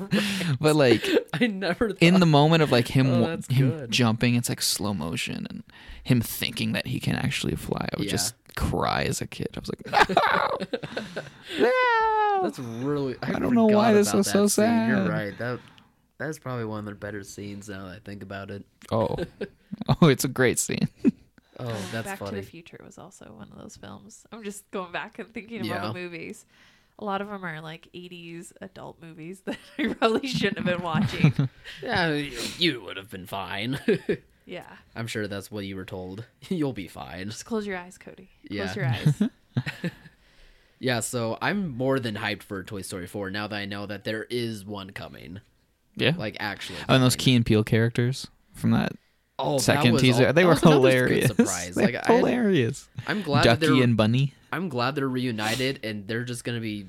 But like
I never thought
in the moment of like
<laughs>
him
Oh,
wa-
that's
him
good.
jumping, it's like slow motion and him thinking that he can actually fly. I would
Yeah.
just cry as a kid. I was
<laughs>
like, no, no.
That's really. I,
I don't know why
forgot
this
about
was
that
so
scene. You're
sad.
right. That that's probably one of their better scenes now that I think about it. <laughs>
oh, oh, it's a great scene.
Oh, that's
Back to
funny.
the Future was also one of those films. I'm just going back and thinking of
Yeah.
all the movies. A lot of them are like 80s adult movies <laughs> that I probably shouldn't have been
<laughs>
watching.
yeah, you, you would have been fine. <laughs>
yeah.
I'm sure that's what you were told. <laughs> You'll be fine.
Just close your eyes, Cody.
Yeah.
Close your eyes.
<laughs> Yeah, so I'm more than hyped for Toy Story 4 now that I know that there is one coming.
Yeah,
Like actually.
oh, and those
coming.
Key and Peele characters from that
Oh, that
second
was
teaser,
al- <laughs>
they
that
were
was another good
hilarious. <laughs>
Surprise.
They
Like
were
I,
hilarious.
I'm glad that
Ducky
they're
and Bunny. Oh,
I'm glad they're reunited and they're just going to be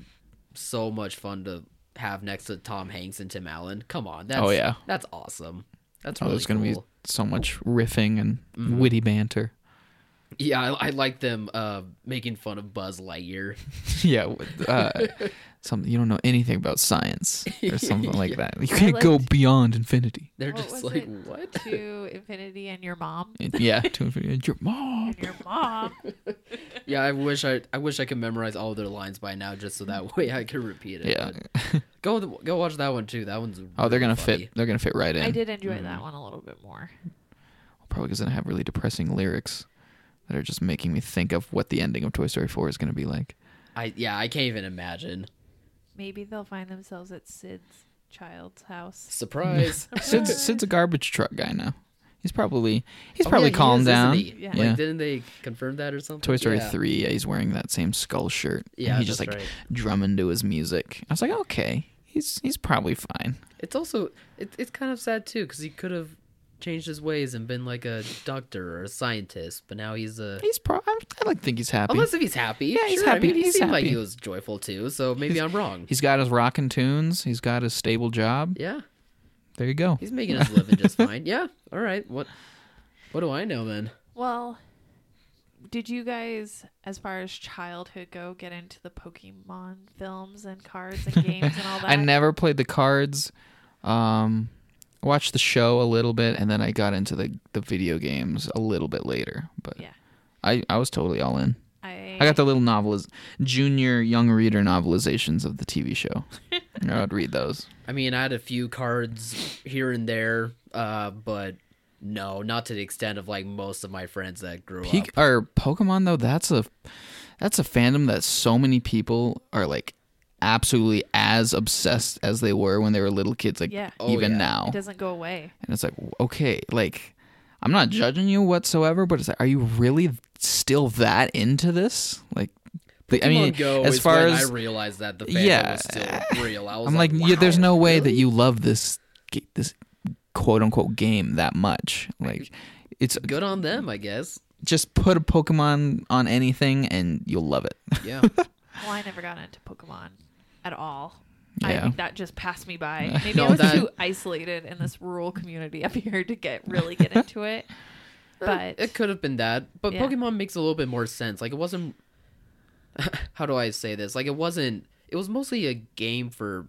so much fun to have next to Tom Hanks and Tim Allen. Come on. That's
Oh, yeah.
That's awesome. That's
Oh,
really
there's gonna
cool. Mm-hmm.
be so much riffing and witty banter. <laughs>
Yeah, I, I like them uh, making fun of Buzz Lightyear. <laughs>
yeah, with, uh, something you don't know anything about science
<laughs>
or something like that. You can't
like-
go beyond infinity.
They're
What
just
was
like,
it? <laughs>
what?
to Infinity and your mom.
<laughs>
And- yeah, to infinity. and Your mom.
And your mom.
Yeah, I wish I I wish I could memorize all their lines by now, just so that <laughs> way I could repeat it.
Yeah.
but go go watch that one too. That one's
Oh,
really
they're gonna
funny.
fit. They're gonna fit right
<laughs>
in.
I did enjoy
Mm-hmm.
that one a little bit more.
Probably because they have really depressing lyrics that are just making me think of what the ending of Toy Story Four is gonna be like.
I yeah, I can't even
<laughs>
imagine.
Maybe they'll find themselves at Sid's child's house.
Surprise!
Sid's, Sid's a garbage truck guy now. He's probably he's
Oh,
probably
yeah, he
calmed
is, isn't
down.
he?
Yeah.
Like, didn't they confirm that or something?
Toy Story
Yeah.
Three. Yeah, he's wearing that same skull shirt. and
Yeah,
he's just like
that's right.
drumming to his music. I was like, okay, he's he's probably fine.
It's also it, it's kind of sad too because he could have changed his ways and been like a doctor or a scientist, but now he's a
He's probably. I like think he's happy.
unless if he's happy.
Yeah, he's
sure, I
happy,
mean, he
he's
seemed like he
happy.
was joyful too, so maybe I'm wrong.
He's got his rockin' tunes. He's got his stable job.
Yeah.
There you go.
He's making his living just
<laughs>
fine. Yeah. All right. What what do I know then?
Well, did you guys, as far as childhood go, get into the Pokemon films and cards and games and all
<laughs>
that?
I never played the cards. Um, watched the show a little bit, and then I got into the, the video games a little bit later. But
Yeah.
I, I was totally all in.
I,
I got the little noveliz junior young reader novelizations of the
<laughs>
TV show. I would read those.
I mean, I had a few cards here and there, uh, but no, not to the extent of like most of my friends that grew
Pe-
up.
or Pokemon though, that's a that's a fandom that so many people are like absolutely as obsessed as they were when they were little kids. Like
Yeah.
Oh,
even
yeah.
now,
It doesn't go away.
And it's like, okay, like, I'm not judging you whatsoever, but it's like, are you really still that into this? Like, the, I mean,
Pokemon Go
as
is
far
when
as
I realized that the fandom
Yeah.
was still real. I was
I'm like,
wow,
yeah, there's no way that you love this ga- this quote unquote game that much. Like, it's
good on them, I guess.
just put a Pokemon on anything and you'll love it.
<laughs>
Yeah,
Well, I never got into Pokemon at all. I
Yeah.
think that just passed me by. Maybe
No,
I was
that-
too isolated in this rural community up here to get really get into it. But
Uh, it could have been that, but
Yeah.
Pokemon makes a little bit more sense. Like it wasn't. <laughs> How do I say this? Like it wasn't. It was mostly a game for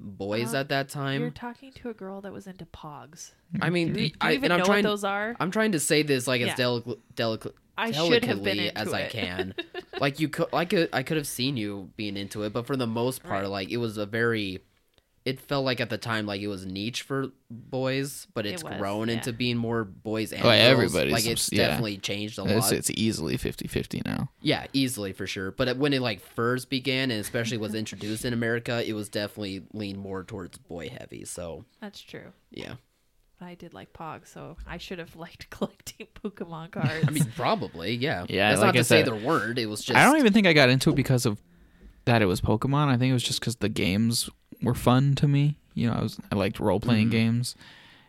boys
Um,
at that
You're
time.
talking to a girl that was into pogs.
I mean,
Do you
I,
even
and I'm
know
trying.
what those are?
I'm trying to say this like
Yeah.
as delicate, delicate,
I should have been
delicately
into
as
it.
I
<laughs>
can. like you could, I could, I could have seen you being into it, but for the most part,
Right.
like it was a very. It felt like at the time, like it was niche for boys, but
It
it's
was,
grown
yeah.
into being more boys and
Oh,
girls.
everybody's
like
some-
it's
yeah.
definitely changed a
<laughs> It's,
lot.
it's easily 50-50 now.
Yeah, easily for sure. But when it like first began and especially was introduced in America, it was definitely leaned more towards boy heavy. So
That's true.
yeah,
But I did like Pog, so I should have <laughs> liked collecting Pokemon cards.
I mean probably yeah.
<laughs> Yeah,
that's
like
not to
I
say
said,
there weren't. It was just
I don't even think I got into it because of that it was Pokemon. I think it was just because the games were fun to me. You know, I was I liked role playing
Mm-hmm.
games,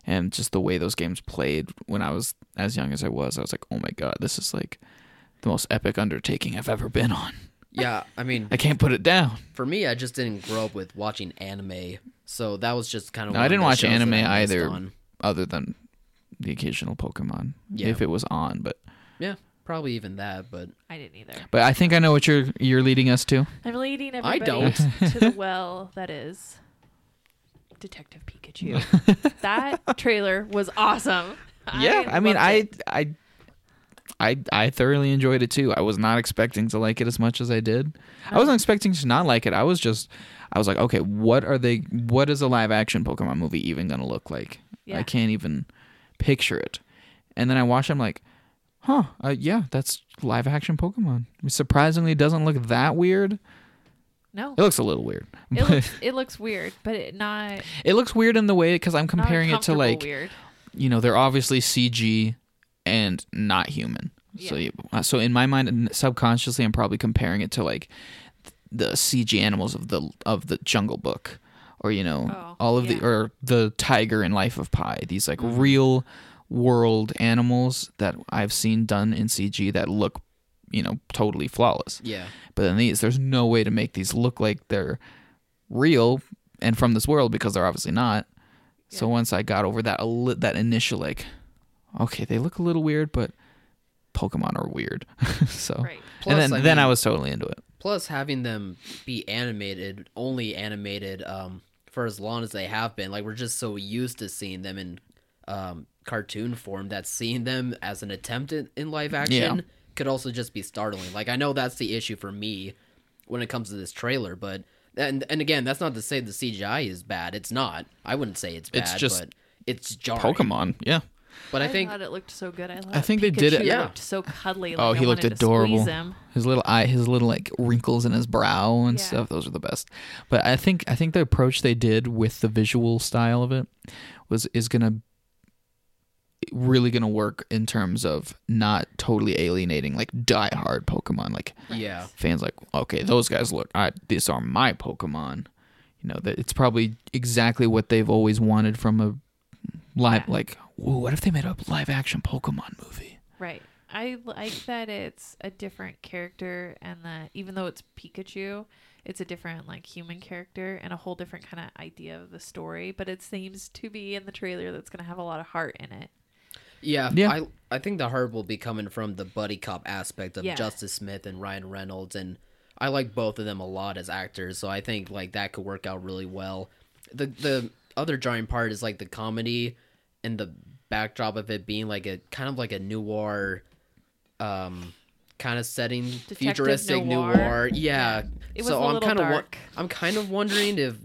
and just the way those games played when I was as young as I was, I was like, oh my god, this is like the most epic undertaking I've ever been on.
yeah. I mean
I can't put it down.
for me, I just didn't grow up with watching anime, so that was just kind of.
No, I didn't watch anime either, other than the occasional Pokemon
Yeah.
if it was on. But
Yeah, probably even that, but
I didn't either.
but I think I know what you're you're leading us to.
I'm leading
I
everybody
don't.
to the
<laughs>
well that is Detective Pikachu.
<laughs>
that trailer was awesome.
yeah i mean
loved
I,
it.
I i i thoroughly enjoyed it too i was not expecting to like it as much as i did i
Uh-huh.
wasn't expecting to not like it i was just i was like okay what are they what is a live action pokemon movie even gonna look like
Yeah.
i can't even picture it and then i watched it, i'm like huh uh, yeah that's live action pokemon It surprisingly doesn't look that weird
no.
it looks a little weird <laughs>
It looks it looks weird, but it not
it looks weird in the way because i'm
not
comparing it to
uncomfortable
like
weird.
you know they're obviously CG and not human. So
Yeah.
you, uh, so in my mind and subconsciously I'm probably comparing it to like th- the CG animals of the of the Jungle Book or you know
Oh,
all of
yeah. Mm-hmm.
the or the tiger in Life of Pi. These like real world animals that I've seen done in CG that look you know totally flawless.
yeah,
But then these, there's no way to make these look like they're real and from this world because they're obviously not. So once I got over that a li- that initial like, okay, they look a little weird, but Pokemon are weird. <laughs> so
Right.
Plus,
and then
I
then I
mean-
was totally into it.
plus having them be animated, only animated um, for as long as they have been. Like we're just so used to seeing them in um, cartoon form that seeing them as an attempt in, in live action
Yeah.
could also just be startling. Like I know that's the issue for me when it comes to this trailer, but and and again, that's not to say the CGI is bad. It's not. I wouldn't say it's bad.
It's just
but it's jarring.
Pokemon, yeah.
But I think
thought it looked so good. I, love
think they did it-
Pikachu
yeah.
looked so cuddly.
Oh,
like,
he
I
looked
wanted to
adorable.
squeeze him.
His little eye, his little like wrinkles in his brow and
Yeah.
stuff. Those are the best. But I think I think the approach they did with the visual style of it was is gonna really gonna work in terms of not totally alienating like diehard Pokemon. Like
yeah.
fans like okay those guys look I, these are my pokemon you know that it's probably exactly what they've always wanted from a live
Yeah.
like whoa what if they made a live action pokemon movie
Right. I like that it's a different character and that even though it's Pikachu, it's a different like human character and a whole different kind of idea of the story, but it seems to be in the trailer that's going to have a lot of heart in it.
Yeah,
Yeah.
I I think the heart will be coming from the buddy cop aspect of
Yeah.
Justice Smith and Ryan Reynolds, and I like both of them a lot as actors, so I think like that could work out really well. The the other jarring part is like the comedy and the backdrop of it being like a kind of like a noir, um, kind of setting, futuristic
noir.
noir. Yeah,
It was
so
a
I'm
little
kind of
dark.
I'm kind of wondering if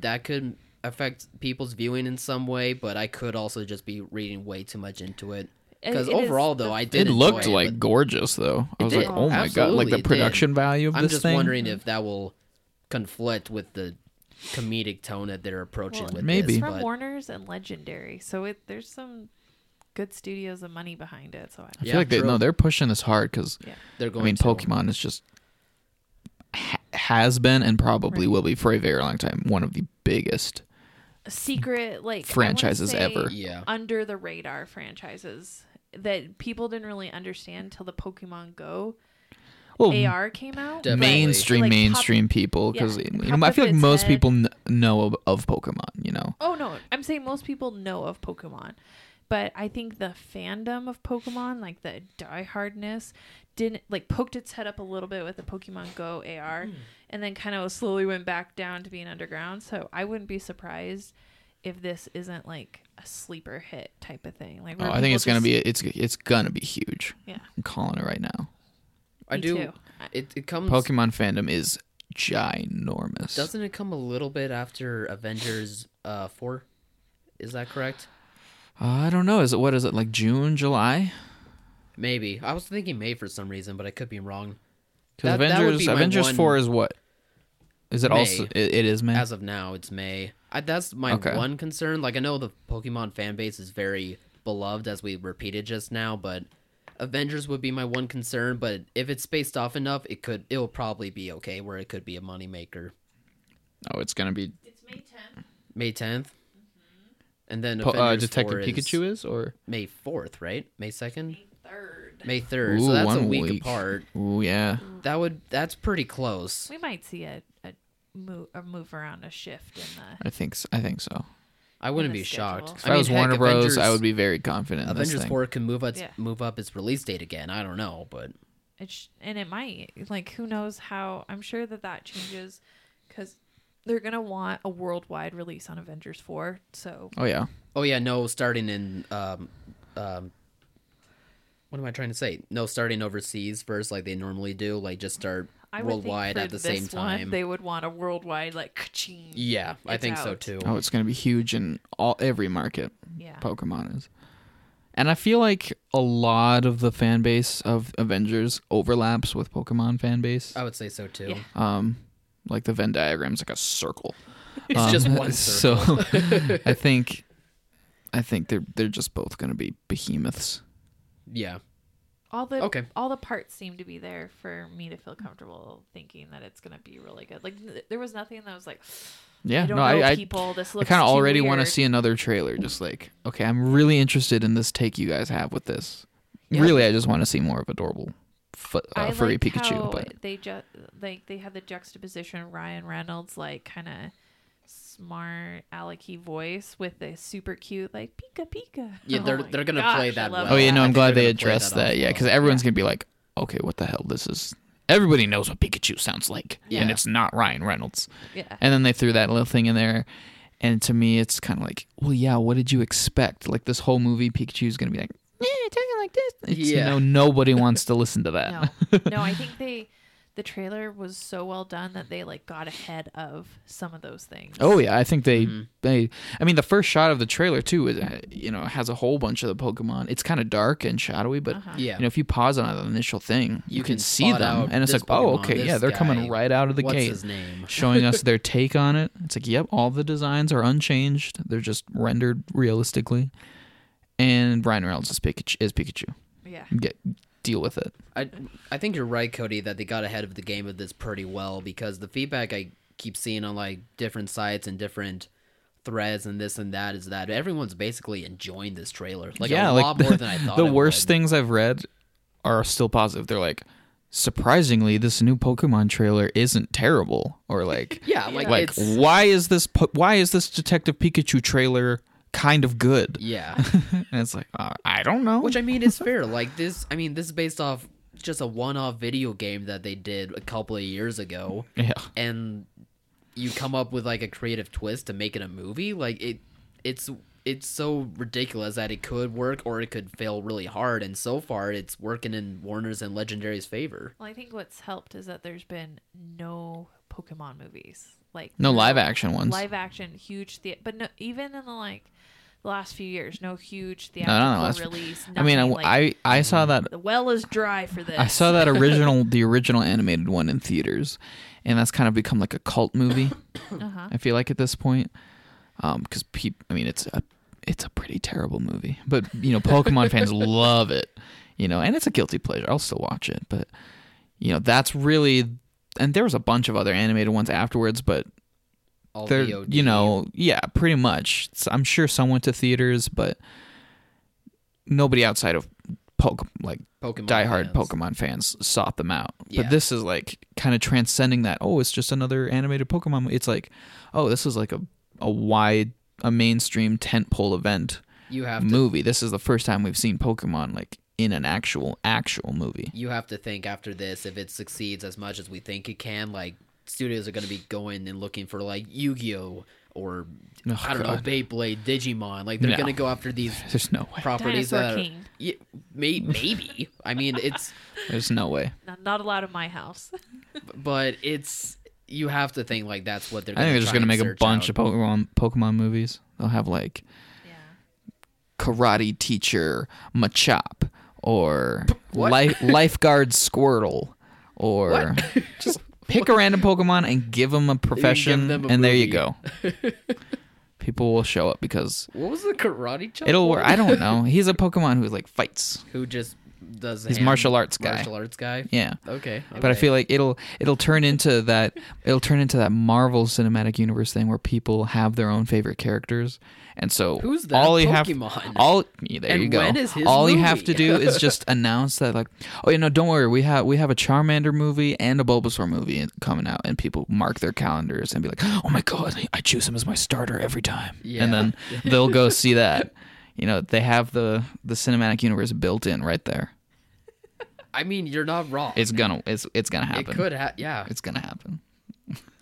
that could affect people's viewing in some way, but I could also just be reading way too much into it.
It-
Because
it is
overall, though,
the-
I did.
it looked
enjoy it,
like
but
gorgeous though i was
did.
like oh my god
Absolutely,
like
it
the
did.
production value of
I'm
this
just
thing
wondering if that will conflict with the comedic tone that they're approaching
Well,
with
Maybe.
this.
It's from
but-
Warner's and Legendary, so it there's some good studios and money behind it, so I
i feel
Yeah,
like they,
true.
no they're pushing this hard because
yeah.
they're going.
i mean
to.
pokemon is just ha- has been and probably will be for a very long time one of the biggest
secret like I wanna
Franchises
say
ever.
Yeah.
under the radar franchises that people didn't really understand till the Pokemon Go
well
AR came out.
Definitely.
Oh, mainstream
Like, pop-
mainstream people
yeah,
'cause people
it
because you
popped
know, I feel
up
like
its
most
head.
people kn- know of, of Pokemon. You know,
Oh no, I'm saying most people know of Pokemon, but I think the fandom of Pokemon, like the diehardness, didn't like poked its head up a little bit with the Pokemon Go AR,
Hmm.
and then kind of slowly went back down to being underground. So I wouldn't be surprised if this isn't like a sleeper hit type of thing. Like, where
Oh, I think
people
it's gonna
just-
be it's it's gonna be huge.
Yeah.
I'm calling it right now.
I
Me
do.
too.
It it comes.
Pokemon fandom is ginormous.
Mm. Doesn't it come a little bit after Avengers uh four? Is that correct?
Uh, I don't know. Is it what is it like June, July?
Maybe I was thinking May for some reason, but I could be wrong.
Because
That- that would
Avengers
be my
Avengers
one-
four is what? Is it
May.
also it, it is May?
As of now, it's May. I, that's my
Mm-hmm. Okay.
one concern. Like I know the Pokemon fan base is very beloved, as we repeated just now, but Avengers would be my one concern. But if it's spaced off enough, it could it will probably be okay, where it could be a moneymaker.
oh, it's gonna be
It's May 10th.
May tenth, and then
po- uh,
Avengers
Detective
4
Pikachu
is
is or
May fourth, right? May second,
Third.
May third.
Ooh,
So that's a
one
week,
week.
apart.
oh yeah.
That would that's pretty close.
We might see a, a move a move around, a shift in the.
I think s I I think so.
I wouldn't
the
be
schedule.
shocked.
If I, was
heck,
Warner Bros, I
Avengers-
would be very confident. In this
Avengers
thing.
Four can move up
Yeah.
move up its release date again. I don't know, but
It sh- and it might like who knows how. I'm sure that that changes because they're gonna want a worldwide release on Avengers four. So
Oh yeah.
oh yeah, no, starting in um um. What am I trying to say? No, starting overseas first, like they normally do. Like just start
I would
worldwide
think
at
for
the same
this one,
time.
they would want a worldwide like ka-ching.
yeah, I
It's
think so
out.
too.
Oh, it's gonna be huge in all every market.
yeah.
Pokemon is. And I feel like a lot of the fan base of Avengers overlaps with Pokemon fan base.
I would say so too.
Yeah.
Um, like the Venn diagram's like a <laughs> circle.
It's
Um,
just one circle.
<laughs> So I think, I think they're they're just both gonna be behemoths.
Yeah,
Uh, all the
Okay.
all the parts seem to be there for me to feel comfortable thinking that it's gonna be really good. Like th- there was nothing that was like
Yeah,
I don't
no,
know
I I,
people. This
I
looks
kind of
too
already want to
weird.
see another trailer. Just like, okay, I'm really interested in this take you guys have with this.
Yeah.
Really, I just want to see more of adorable, fu-
I
uh, furry
liked
Pikachu.
how
but
they just like they had the juxtaposition of Ryan Reynolds like kind of smart alecky voice with the super cute like Pika Pika. <laughs>
Yeah,
Oh
they're-
my
they're gonna
gosh,
play
uh, I
that
love
well.
Oh yeah,
that.
no,
I
I'm
think
glad
they're
they
gonna play
addressed
that off
that. Yeah,
well.
because everyone's gonna be like, okay, what the hell? This is everybody knows what Pikachu sounds like,
Yeah.
and it's not Ryan Reynolds.
yeah.
And then they threw that little thing in there, and to me, it's kind of like, well, yeah, what did you expect? Like this whole movie, Pikachu's gonna be like, yeah, talking like this. It's,
Yeah.
You know, nobody wants to listen to that.
No, no, I think they the trailer was so well done that they like got ahead of some of those things.
<laughs> Oh yeah, I think they
Mm-hmm.
they. I mean, the first shot of the trailer too is uh, you know has a whole bunch of the Pokemon. It's kind of dark and shadowy, but
Uh-huh.
Yeah.
you know if you pause on the initial thing, you,
You
can,
can
see
spot
them,
out
and it's
this
like, oh,
Pokemon,
okay, yeah,
this
they're
guy,
coming right out of the
What's
gate,
his name?
showing us their take on it. It's like, yep, all the designs are unchanged; they're just rendered realistically. And Brian Reynolds is Pikachu. Is Pikachu.
yeah.
Get deal with it.
I I think you're right, Cody, that they got ahead of the game of this pretty well because the feedback I keep seeing on like different sites and different threads and this and that is that everyone's basically enjoying this trailer. Like a lot
<laughs>
more than I thought.
The
it
worst
would.
things I've read are still positive. They're like, surprisingly, this new Pokemon trailer isn't terrible,
<laughs>
or like,
Yeah, like,
like
it's
why is this po- why is this Detective Pikachu trailer kind of good?
yeah.
<laughs> And it's like, uh, I don't know.
Which I mean is fair. Like this I mean this is based off just a one-off video game that they did a couple of years ago.
yeah,
and you come up with like a creative twist to make it a movie like it it's it's so ridiculous that it could work or it could fail really hard and so far it's working in warner's and legendary's favor
Well, I think what's helped is that there's been no Pokemon movies. Like
no live action ones.
live action huge the but no even in the like the last few years no huge
no,
theatrical
no, that's-
release
I mean, I,
nothing, like,
I I saw that
the well is dry for this
I saw that original the original animated one in theaters, and that's kind of become like a cult movie.
Uh-huh.
I feel like at this point, because peop I mean it's a it's a pretty terrible movie, but you know Pokemon fans love it, you know, and it's a guilty pleasure. I'll still watch it, but you know that's really and there was a bunch of other animated ones afterwards, but
all
they're
VOD.
you know yeah pretty much. S- I'm sure some went to theaters, but nobody outside of Poke like
pokemon fans.
diehard Pokemon fans sought them out.
Yeah.
But this is like kind of transcending that. Oh, it's just another animated Pokemon. It's like, oh, this is like a a wide, a mainstream tentpole event
You have to
movie. This is the first time we've seen Pokemon like in an actual actual movie.
you have to think after this if it succeeds as much as we think it can like studios are going to be going and looking for like yu-gi-oh or
Oh,
i don't
God.
know beyblade digimon like they're
No.
going to go after these
There's no way.
properties
Dinosaur
that are-
King.
Yeah, may, maybe i mean it's
There's no way.
Not, not allowed in my house. <laughs>
but it's you have to think like that's what they're
I
gonna
think they're just
try
gonna
and
make a
search
bunch
out.
of Pokemon Pokemon movies. They'll have like
yeah.
karate teacher Machop or
what?
life lifeguard Squirtle or <laughs> just pick a random Pokemon and give them a profession
them a
and there you
movie.
go.
<laughs>
People will show up because
what was the karate chop
it'll
one?
work. I don't know. He's a Pokemon who like fights.
<laughs> who just does
He's
hand-
martial arts guy.
martial arts guy
Yeah.
okay,
But I
okay.
feel like it'll it'll turn into that it'll turn into that Marvel Cinematic Universe thing where people have their own favorite characters, and so
Who's that
all you have
Pokemon?
all yeah, there
And
you go.
when is his
all you have
movie?
to
<laughs>
do is just announce that like oh you know don't worry we have we have a Charmander movie and a Bulbasaur movie coming out, and people mark their calendars and be like oh my god I choose him as my starter every time,
Yeah.
and then they'll
<laughs>
go see that. You know they have the the cinematic universe built in right there.
i mean you're not wrong
It's gonna it's it's gonna happen.
it could ha- yeah
It's gonna happen.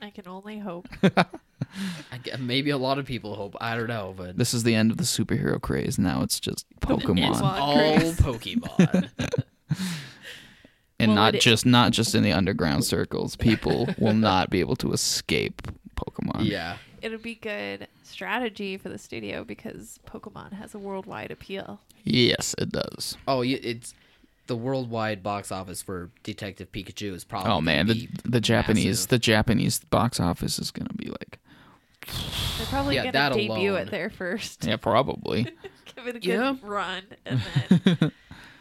I can only hope. <laughs>
I gue- maybe a lot of people hope i don't know but
this is the end of the superhero craze. Now it's just Pokemon,
Pokemon.
all
Chris. <laughs>
pokemon
and
Well,
not
it-
just not just in the underground
<laughs>
circles. People will not be able to escape Pokemon.
yeah
It'll be good strategy for the studio because Pokemon has a worldwide appeal.
Yes, it does.
oh y- it's the worldwide box office for detective pikachu is probably
Oh man,
gonna
the
be
the Japanese
massive.
the Japanese box office is gonna be like
They're probably
Yeah,
gonna
that
debut
alone.
it there first.
yeah probably
<laughs> Give it a good
Yeah.
run and then and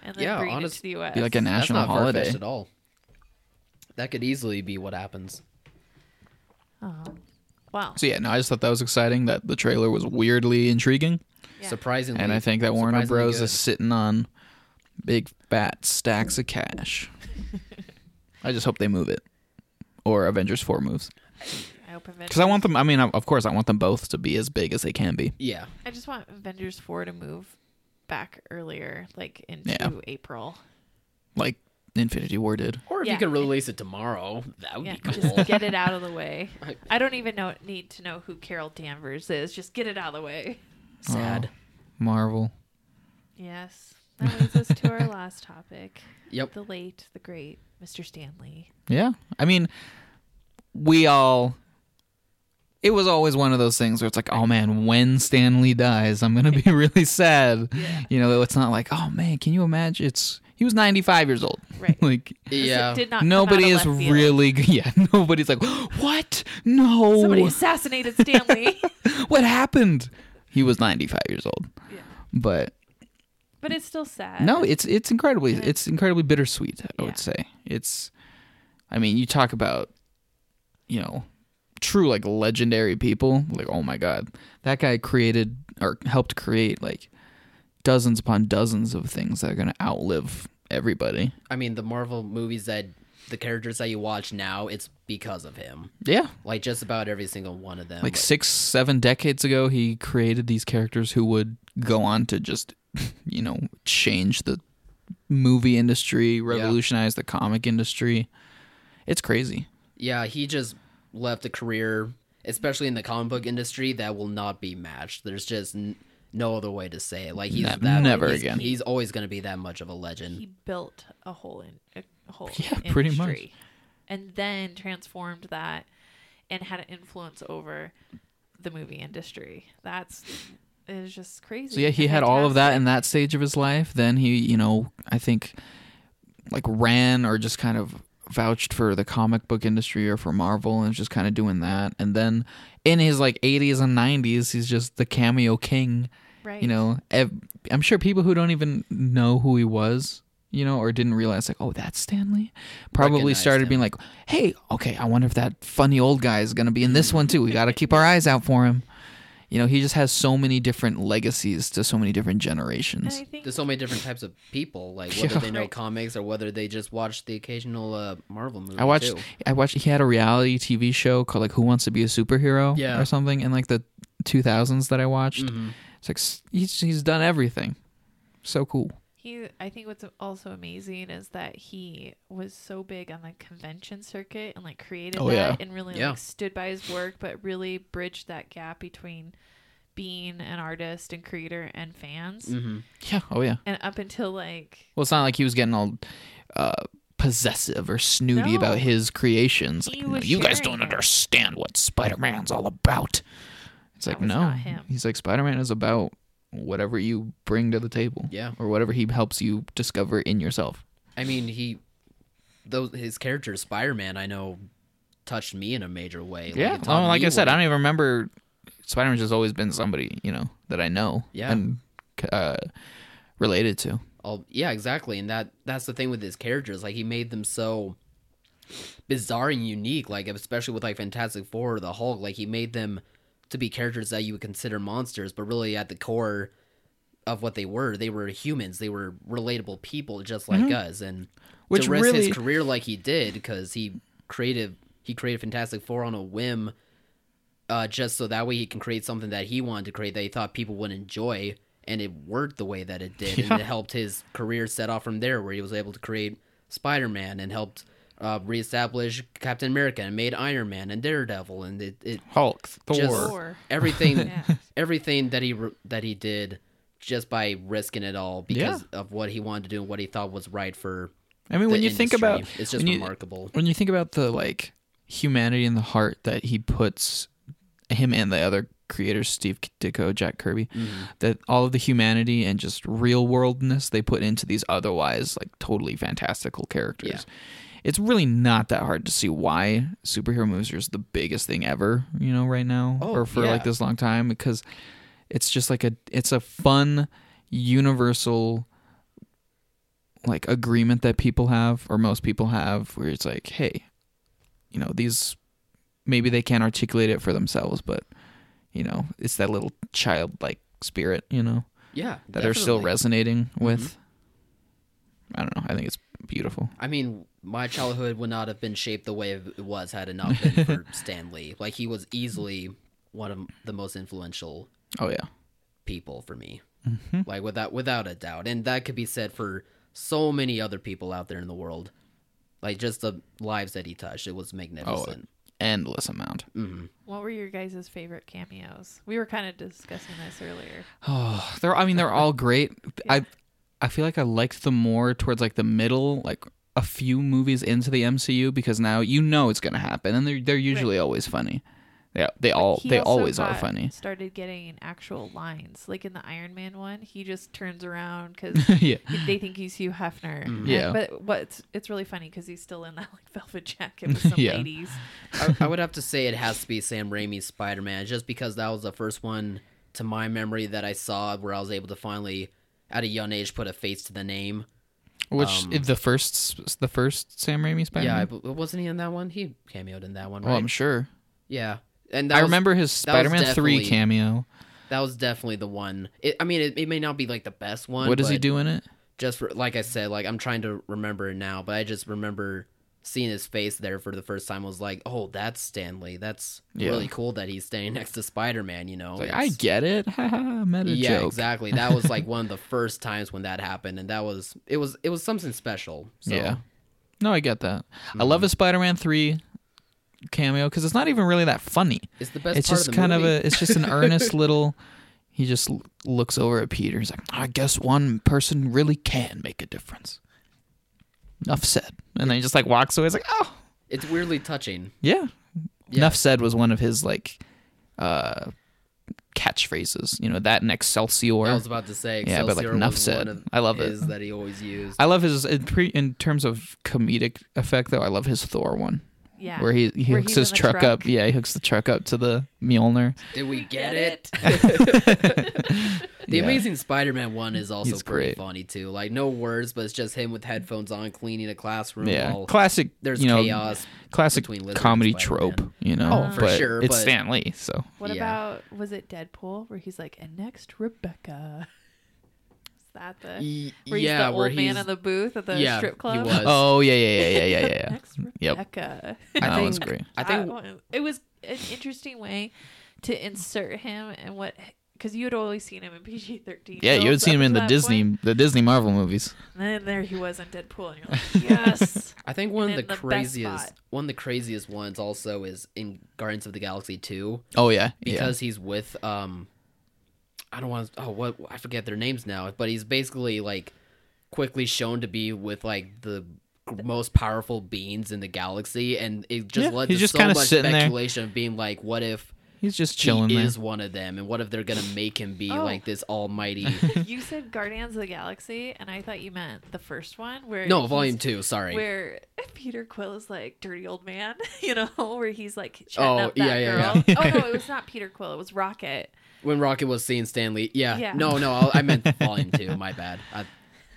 then
Yeah,
bring
honest-
it to the US.
be like a
that's
national
not
holiday.
far-fetched at all that could easily be what happens
Oh. Wow.
<laughs> So yeah, no, I just thought that was exciting. That the trailer was weirdly intriguing,
Yeah.
surprisingly
and I think that Warner
surprisingly
Bros
good.
is sitting on big fat stacks
<laughs>
of cash. I just hope they move it, or Avengers Four moves.
I hope Avengers.
Because I want them. I mean, of course, I want them both to be as big as they can be.
yeah
I just want Avengers four to move back earlier, like into
Yeah.
April.
Like Infinity War did.
Or if
Yeah.
you can release it tomorrow, that would
Yeah,
be cool.
just get it out of the <laughs> way.
I-
I don't even know need to know who Carol Danvers is. Just get it out of the way.
Sad.
Oh, Marvel.
Yes. That leads us to our last topic.
Yep.
The late, the great Mr. Stanley.
Yeah. I mean, we all. It was always one of those things where it's like, oh man, when Stanley dies, I'm gonna be <laughs> really sad.
Yeah.
You know, it's not like, oh man, can you imagine? It's he was 95 years old.
Right.
<laughs> like
This
Yeah.
did not come
nobody
out of
is
left field.
really. g- <laughs> Yeah. Nobody's like, <gasps> what? No. <laughs>
Somebody assassinated Stanley.
what happened? He was 95 years old.
Yeah.
But
but it's still sad.
No, it's it's incredibly
Uh, Yeah.
it's incredibly bittersweet. I
Yeah.
would say it's. I mean, you talk about, you know, true like legendary people. Like, oh my god, that guy created or helped create like dozens upon dozens of things that are gonna outlive everybody.
I mean, the Marvel movies that the characters that you watch now, it's because of him.
Yeah,
Like just about every single one of them.
like six seven decades ago, he created these characters who would go on to just, <laughs> you know, change the movie industry, revolutionize the comic industry. It's crazy.
yeah, he just left a career, especially in the comic book industry, that will not be matched. There's just n- no other way to say it. Like he's
Ne-
that,
never
he's-
again.
He's always going to be that much of a legend.
he built a whole in, a whole
<laughs> Yeah,
industry
pretty much.
and then transformed that and had an influence over the movie industry that's it's just crazy
So yeah, he had all of that in that stage of his life. Then he, you know, I think like ran or just kind of vouched for the comic book industry or for Marvel and was just kind of doing that. And then in his like 80s and 90s, he's just the cameo king.
right
You know, ev- I'm sure people who don't even know who he was, you know, or didn't realize like, oh, that's Stanley, probably
Recognized
started
him.
being like, hey, okay, I wonder if that funny old guy is gonna be in this one too. We gotta keep our eyes out for him. You know, he just has so many different legacies to so many different
and
generations.
i think
There's so many different types of people,
<laughs>
like
Yeah.
whether they know
Right.
comics or whether they just watch the occasional uh, Marvel movie.
I watched.
too.
I watched. He had a reality TV show called like Who Wants to Be a Superhero
Yeah. Mm. Mm-hmm,
or something in like the 2000s that I watched. It's like s- he's he's done everything. So cool.
He, I think what's also amazing is that he was so big on the convention circuit and like created
Oh,
that
yeah.
and really
Yeah.
like stood by his work, but really bridged that gap between being an artist and creator and fans.
Mm-hmm.
Yeah. Oh yeah.
And up until like,
Well, it's not like he was getting all uh, possessive or snooty
No.
about his creations.
He
Like, "No,
was
you guys
sharing
don't
it."
understand what Spider Man's all about. It's
That
like
was
no.
not him.
He's like Spider Man is about whatever you bring to the table.
Yeah.
Or whatever he helps you discover in yourself.
I mean, he, those his character Spider Man, I know, touched me in a major way.
Yeah.
it taught
Oh, like
me
I said, I
what-
don't even remember. Spider Man's just always been somebody you know that I know.
Yeah.
And uh, related to.
all yeah exactly and that that's the thing with his characters like he made them so bizarre and unique like especially with like fantastic four or the hulk like he made them to be characters that you would consider monsters but really at the core of what they were they were humans they were relatable people just like us and
Mm-hmm. Which
to risk
really-
his career like he did because he created he created fantastic four on a whim uh, just so that way he can create something that he wanted to create that he thought people would enjoy, and it worked the way that it did, and
Yeah.
it helped his career set off from there, where he was able to create Spider Man and helped uh, reestablish Captain America and made Iron Man and Daredevil, and it,
<laughs>
it
Hulk, Thor.
just
Thor.
everything
yeah,
<laughs>
everything that he re- that he did just by risking it all because of what he wanted to do and what he thought was right for.
I mean,
the
when you think
industry.
about
it's just
when you-
remarkable.
when you think about the like humanity in the heart that he puts him and the other creators steve ditko jack kirby
Mm-hmm.
that all of the humanity and just real worldness they put into these otherwise like totally fantastical characters it's really not that hard to see why superhero movies are just the biggest thing ever you know right now
Oh,
or for
yeah.
like this long time because it's just like a it's a fun universal like agreement that people have or most people have where it's like hey you know these maybe they can't articulate it for themselves but you know it's that little childlike spirit you know
Yeah,
<sighs> that are
definitely.
still
Mm-hmm.
resonating with i don't know i think it's beautiful
I mean, my childhood would not have been shaped the way it was had it not been for Stan Lee. Like he was easily one of the most influential
oh yeah
people for me. Like without without a doubt. And that could be said for so many other people out there in the world. Like just the lives that he touched, it was magnificent. Mm-hmm.
endless amount
what were your guys' favorite cameos? We were kind of discussing this earlier.
oh <sighs> they're i mean they're
<laughs>
all great i i feel like i liked them more towards like the middle like a few movies into the mcu because now you know it's gonna happen and they're, they're usually always funny they, they all
He
Oh, they
also
always are
got-
funny <laughs>
Started getting actual lines, like in the Iron Man one, he just turns around
<laughs>
because
yeah
they think he's Hugh Hefner. And-
Yeah.
but what's it's really funny because he's still in that like velvet
<laughs>
jacket with some
Yeah.
ladies.
I, I would have to say it has to be Sam Raimi's Spider Man, just because that was the first one to my memory that I saw where I was able to finally at a young age put a face to the name.
Which
Um,
if the first the first Sam Raimi Spider-Man?
Yeah, but wasn't he in that one? He cameoed in that one, right?
well, I'm sure.
Yeah, and that
I
was-
remember his
that was
Spider-Man three
definitely-
cameo.
that was definitely the one. It, I mean, it, it may not be like the best one.
What does he
but
do in it?
Just for like I said, like I'm trying to remember it now, but I just remember seeing his face there for the first time. I was like, oh, that's Stanley. That's
Yeah.
really cool that he's standing next to Spider Man. You know,
Like,
It's-
I get it. <laughs> Ha ha. Meta
yeah,
joke.
exactly. That was like one of the first times when that happened, and that was it was it was something special. So. Mm-hmm.
Yeah. No, I get that. I love his Spider-Man three cameo because it's not even really that funny.
it's the best.
it's
part
just
of the
kind
movie.
of a. It's
<laughs>
just an earnest little. He just l- looks over at Peter. He's like, I guess one person really can make a difference. Enough said. And then he just like walks away. He's like, oh,
It's weirdly touching.
Yeah.
Yeah.
Enough said was one of his like uh catchphrases. You know, that and Excelsior.
I was about to say,
Yeah, but, like,
Excelsior
enough
was
said.
One of
I love it.
his that he always used.
I love his in, pre, in terms of comedic effect though. I love his Thor one
Yeah,
where he, <laughs> he
Where
hooks
he's
his
in the
truck, up.
truck.
Yeah, he hooks the truck up to the
<laughs>
Mjolnir.
Did we get it?
<laughs>
The <laughs>
Yeah.
Amazing Spider-Man one is also
He's
pretty
great.
funny too. Like no words, but it's just him with headphones on, cleaning a classroom.
Yeah,
while
classic.
there's
you know,
chaos.
Classic
between Lizard and
comedy
Spider-Man.
trope. You know,
Oh, for
but
sure,
it's
but-
Stan Lee.
<laughs>
So
<laughs> What
Yeah.
about was it Deadpool where he's like, and next Rebecca? <laughs> Is that the
Y-
where he's
yeah,
the old
where
man
he's
in the booth at the
yeah, he
strip club? <laughs>
was.
oh yeah yeah yeah yeah yeah yeah.
Next
Yep.
Rebecca. <laughs>
That
I
one's
Uh,
think-
Oh,
great.
I think
That one- it was an interesting way to insert him and what because you had only seen him in PG thirteen.
Yeah, you had seen him in the Disney, the Disney Marvel movies.
And then there he was in Deadpool, and you're like, <laughs> yes.
I think one of
And
the,
in the best
craziest,
spot.
one of the craziest ones also is in Guardians of the Galaxy Two
Oh yeah,
because he's with um, I don't want to. Oh, what I forget their names now, but he's basically like quickly shown to be with like the g- most powerful beings in the galaxy, and it just
Yeah,
led
he's
to
just
so
kinda
much
sitting there.
speculation of being like, what if
yeah. he's just chilling
he
there.
is one of them, and what if they're gonna make him be
Oh.
like this
<laughs>
almighty?
you said Guardians of the Galaxy, and I thought you meant the first one where
no,
he's-
Volume Two. Sorry.
where Peter Quill is like dirty old man, <laughs> you know, where he's like chatting
Oh,
up that
yeah, yeah,
girl. oh
<laughs>
no, it was not Peter Quill, it was Rocket.
When Rocket was seeing Stanley, yeah,
Yeah.
no, no, I, I meant Volume Two. My bad, I,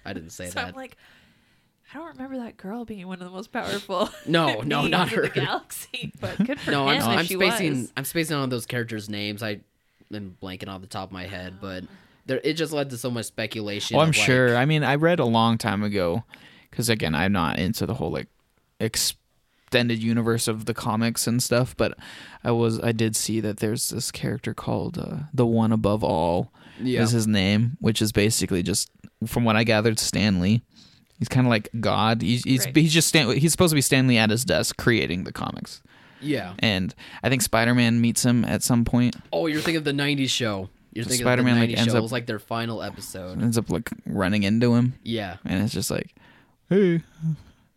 I didn't say
<laughs> So
that.
I'm like, I don't remember that girl being one of the most powerful.
<laughs>
<laughs>
No, no,
beings
not
in The
her.
galaxy, but good for
no,
him
I'm,
if
I'm
she
spacing.
was.
I'm spacing on those characters' names. I am blanking off the top of my head, but there, it just led to so much speculation.
Oh,
of,
I'm
like-
sure. I mean, I read a long time ago because again, I'm not into the whole like extended universe of the comics and stuff. But I was, I did see that there's this character called uh, the One Above All.
Yeah.
is his name, which is basically just from what I gathered, Stanley. He's kind of like God. He's he's,
Right.
he's just Stan, he's supposed to be Stanley at his desk creating the comics.
Yeah.
And I think Spider Man meets him at some point.
Oh, you're thinking of the '90s show. You're thinking
Spider-Man,
of
like,
the 90s
ends
show.
up-
It was like their final episode.
Ends up like running into him,
Yeah.
and it's just like, hey,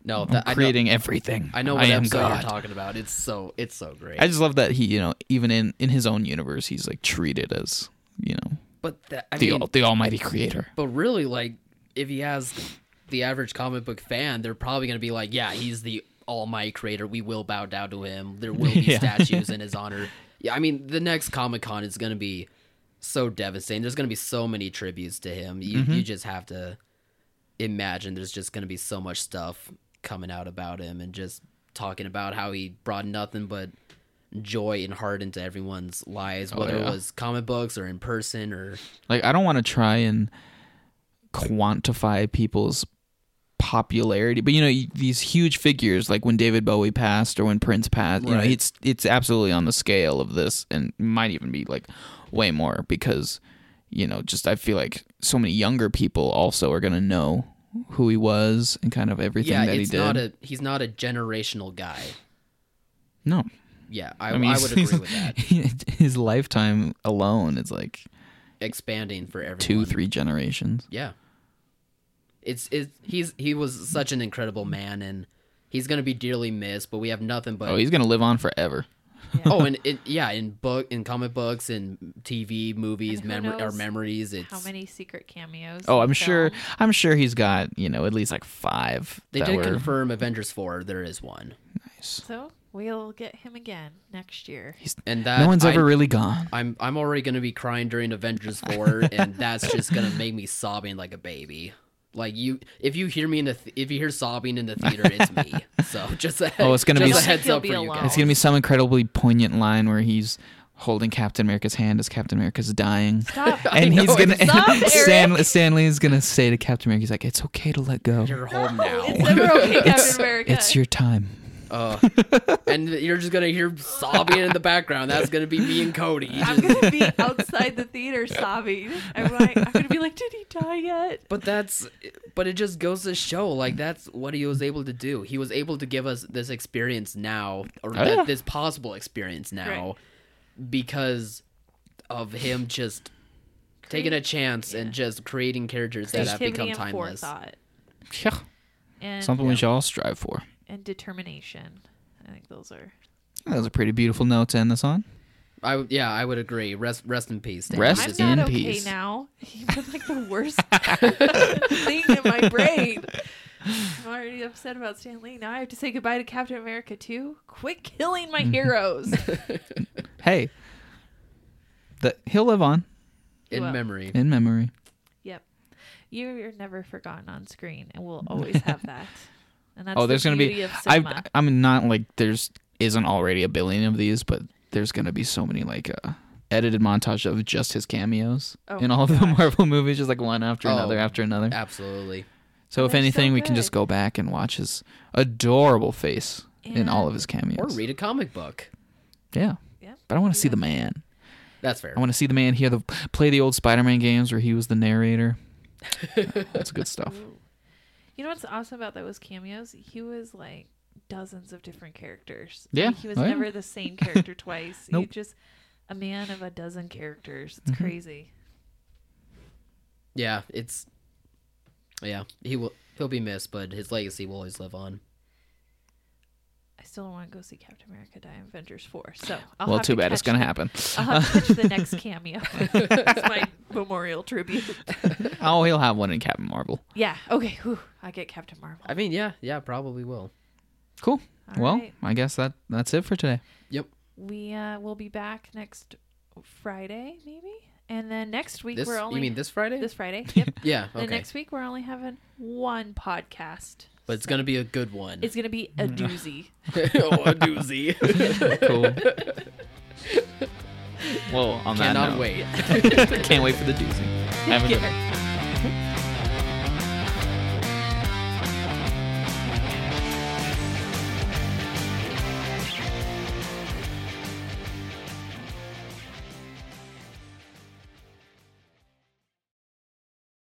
No,
I'm
that, I know.
creating everything.
I know
I
what
am
episode
God.
you're talking about. It's so it's so great.
I just love that he, you know, even in in his own universe, he's like treated as, you know,
but that, I
the
mean,
al- the Almighty Creator.
But really, like, if he has the average comic book fan, they're probably going to be like, yeah, he's the almighty creator. We will bow down to him. There will be
<laughs> Yeah.
statues in his honor. Yeah, I mean, the next Comic Con is going to be so devastating. There's going to be so many tributes to him. You,
Mm-hmm.
you just have to imagine there's just going to be so much stuff coming out about him and just talking about how he brought nothing but joy and heart into everyone's lives, whether
Oh, yeah.
it was comic books or in person or.
Like I don't want to try and quantify people's popularity, but you know you- these huge figures like when David Bowie passed or when Prince passed, you know
Right.
it's it's absolutely on the scale of this and might even be like way more because you know just I feel like so many younger people also are going to know who he was and kind of everything
yeah,
that
it's
he did.
not a he's not a generational guy.
no.
Yeah, I,
I mean,
I would agree with
<laughs>
that.
His lifetime alone is like
Expanding for everyone.
two, three generations.
Yeah. It's it's he's he was such an incredible man, and he's gonna be dearly missed. But we have nothing but
Oh, he's gonna live on forever.
<laughs> oh, and it, yeah, in book, in comic books, in TV, movies,
And who
memory, our
knows
memories. It's
How many secret cameos?
Oh,
in
I'm
the
sure.
film?
I'm sure he's got you know at least like five.
they
that
did
were-
confirm Avengers four. There is one,
So we'll get him again next year.
and that
No one's
I-
ever really gone.
I'm I'm already gonna be crying during Avengers four, and that's just gonna make me sobbing like a baby. Like you, if you hear me in the, th- if you hear sobbing in the theater, it's me. So <laughs> just a,
Oh, it's gonna
just
be-
a heads
You'll
up
be
for you
alone.
guys.
It's gonna be some incredibly poignant line where he's holding Captain America's hand as Captain America's
<laughs>
dying,
Stop.
and he's
know,
gonna
it's-
<laughs>
Stop, Eric.
Stan, Stanley's gonna say to Captain America, he's like, "It's okay to let go.
You're home
<laughs> It's
now,
never okay, Captain America.
It's your time."
<laughs> Uh, and you're just gonna hear sobbing in the background. That's gonna be me and Cody.
I'm gonna be outside the theater sobbing. I'm like, I'm gonna be like, did he die yet?
But that's, but it just goes to show, like that's what he was able to do. He was able to give us this experience now, or that,
Oh, yeah.
this possible experience now, because of him just taking a chance and just creating characters that have become
and
timeless.
forethought
Yeah,
and,
something we should all strive for.
and determination. I think those are.
That was a pretty beautiful note to end this on.
I would- yeah, I would agree. Rest rest in peace. Stan.
Rest
I'm
Just
not
in
okay
peace.
now. <laughs> You've been like the worst <laughs> thing in my brain. I'm already upset about Stan Lee. Now I have to say goodbye to Captain America too. Quit killing
<laughs>
my heroes.
Hey, that he'll live on
<laughs> in
Well.
memory.
in memory.
Yep. You're never forgotten on screen, and we'll always have
<laughs>
that. And that's
oh, there's
the
gonna
beauty
be.
of cinema.
I I'm not like there's isn't already a billion of these, but there's gonna be so many like uh, edited montage of just his cameos
Oh
in
my
all of the
gosh.
Marvel movies, just like one after
Oh.
another after another.
Absolutely.
So if
they're so
anything, we can
good.
just go back and watch his adorable face in all of
And-
his cameos.
Or read a comic book.
Yeah,
Yeah.
but I want to see the man.
That's fair.
I want to see the man here the play the old Spider-Man games where he was the narrator. That's good stuff.
Ooh. You know what's awesome about those cameos? He was like dozens of different characters.
Yeah.
Like, he was
Oh, yeah.
never the same
<laughs>
character twice. You
Nope. Mm-hmm.
just a man of a dozen characters. It's crazy.
<laughs> Yeah, it's yeah. He will he'll be missed, but his legacy will always live on.
I still don't want to go see Captain America die in Avengers Four. So <laughs> I'll
well,
have
too
to
bad it's
catch
gonna
the-
happen.
I'll have to catch the
<laughs>
next cameo. <laughs> That's my memorial tribute.
Oh, he'll have one in Captain Marvel.
Yeah. Okay. Whew, I get Captain Marvel.
I mean, yeah, yeah, probably will.
Cool.
All
well,
right.
I guess that that's it for today.
Yep.
We uh, will be back next Friday, maybe, and then next week
This
we're only
you mean this Friday?
this Friday.
<laughs>
Yep.
yeah.
The
Okay.
next week we're only having one podcast.
But it's gonna be a good
Mm.
one. <laughs>
It's gonna be a
<laughs>
doozy.
oh, a doozy.
Cool. well, on that
Cannot
note,
wait.
<laughs>
<laughs>
can't wait for the doozy. Have a good one.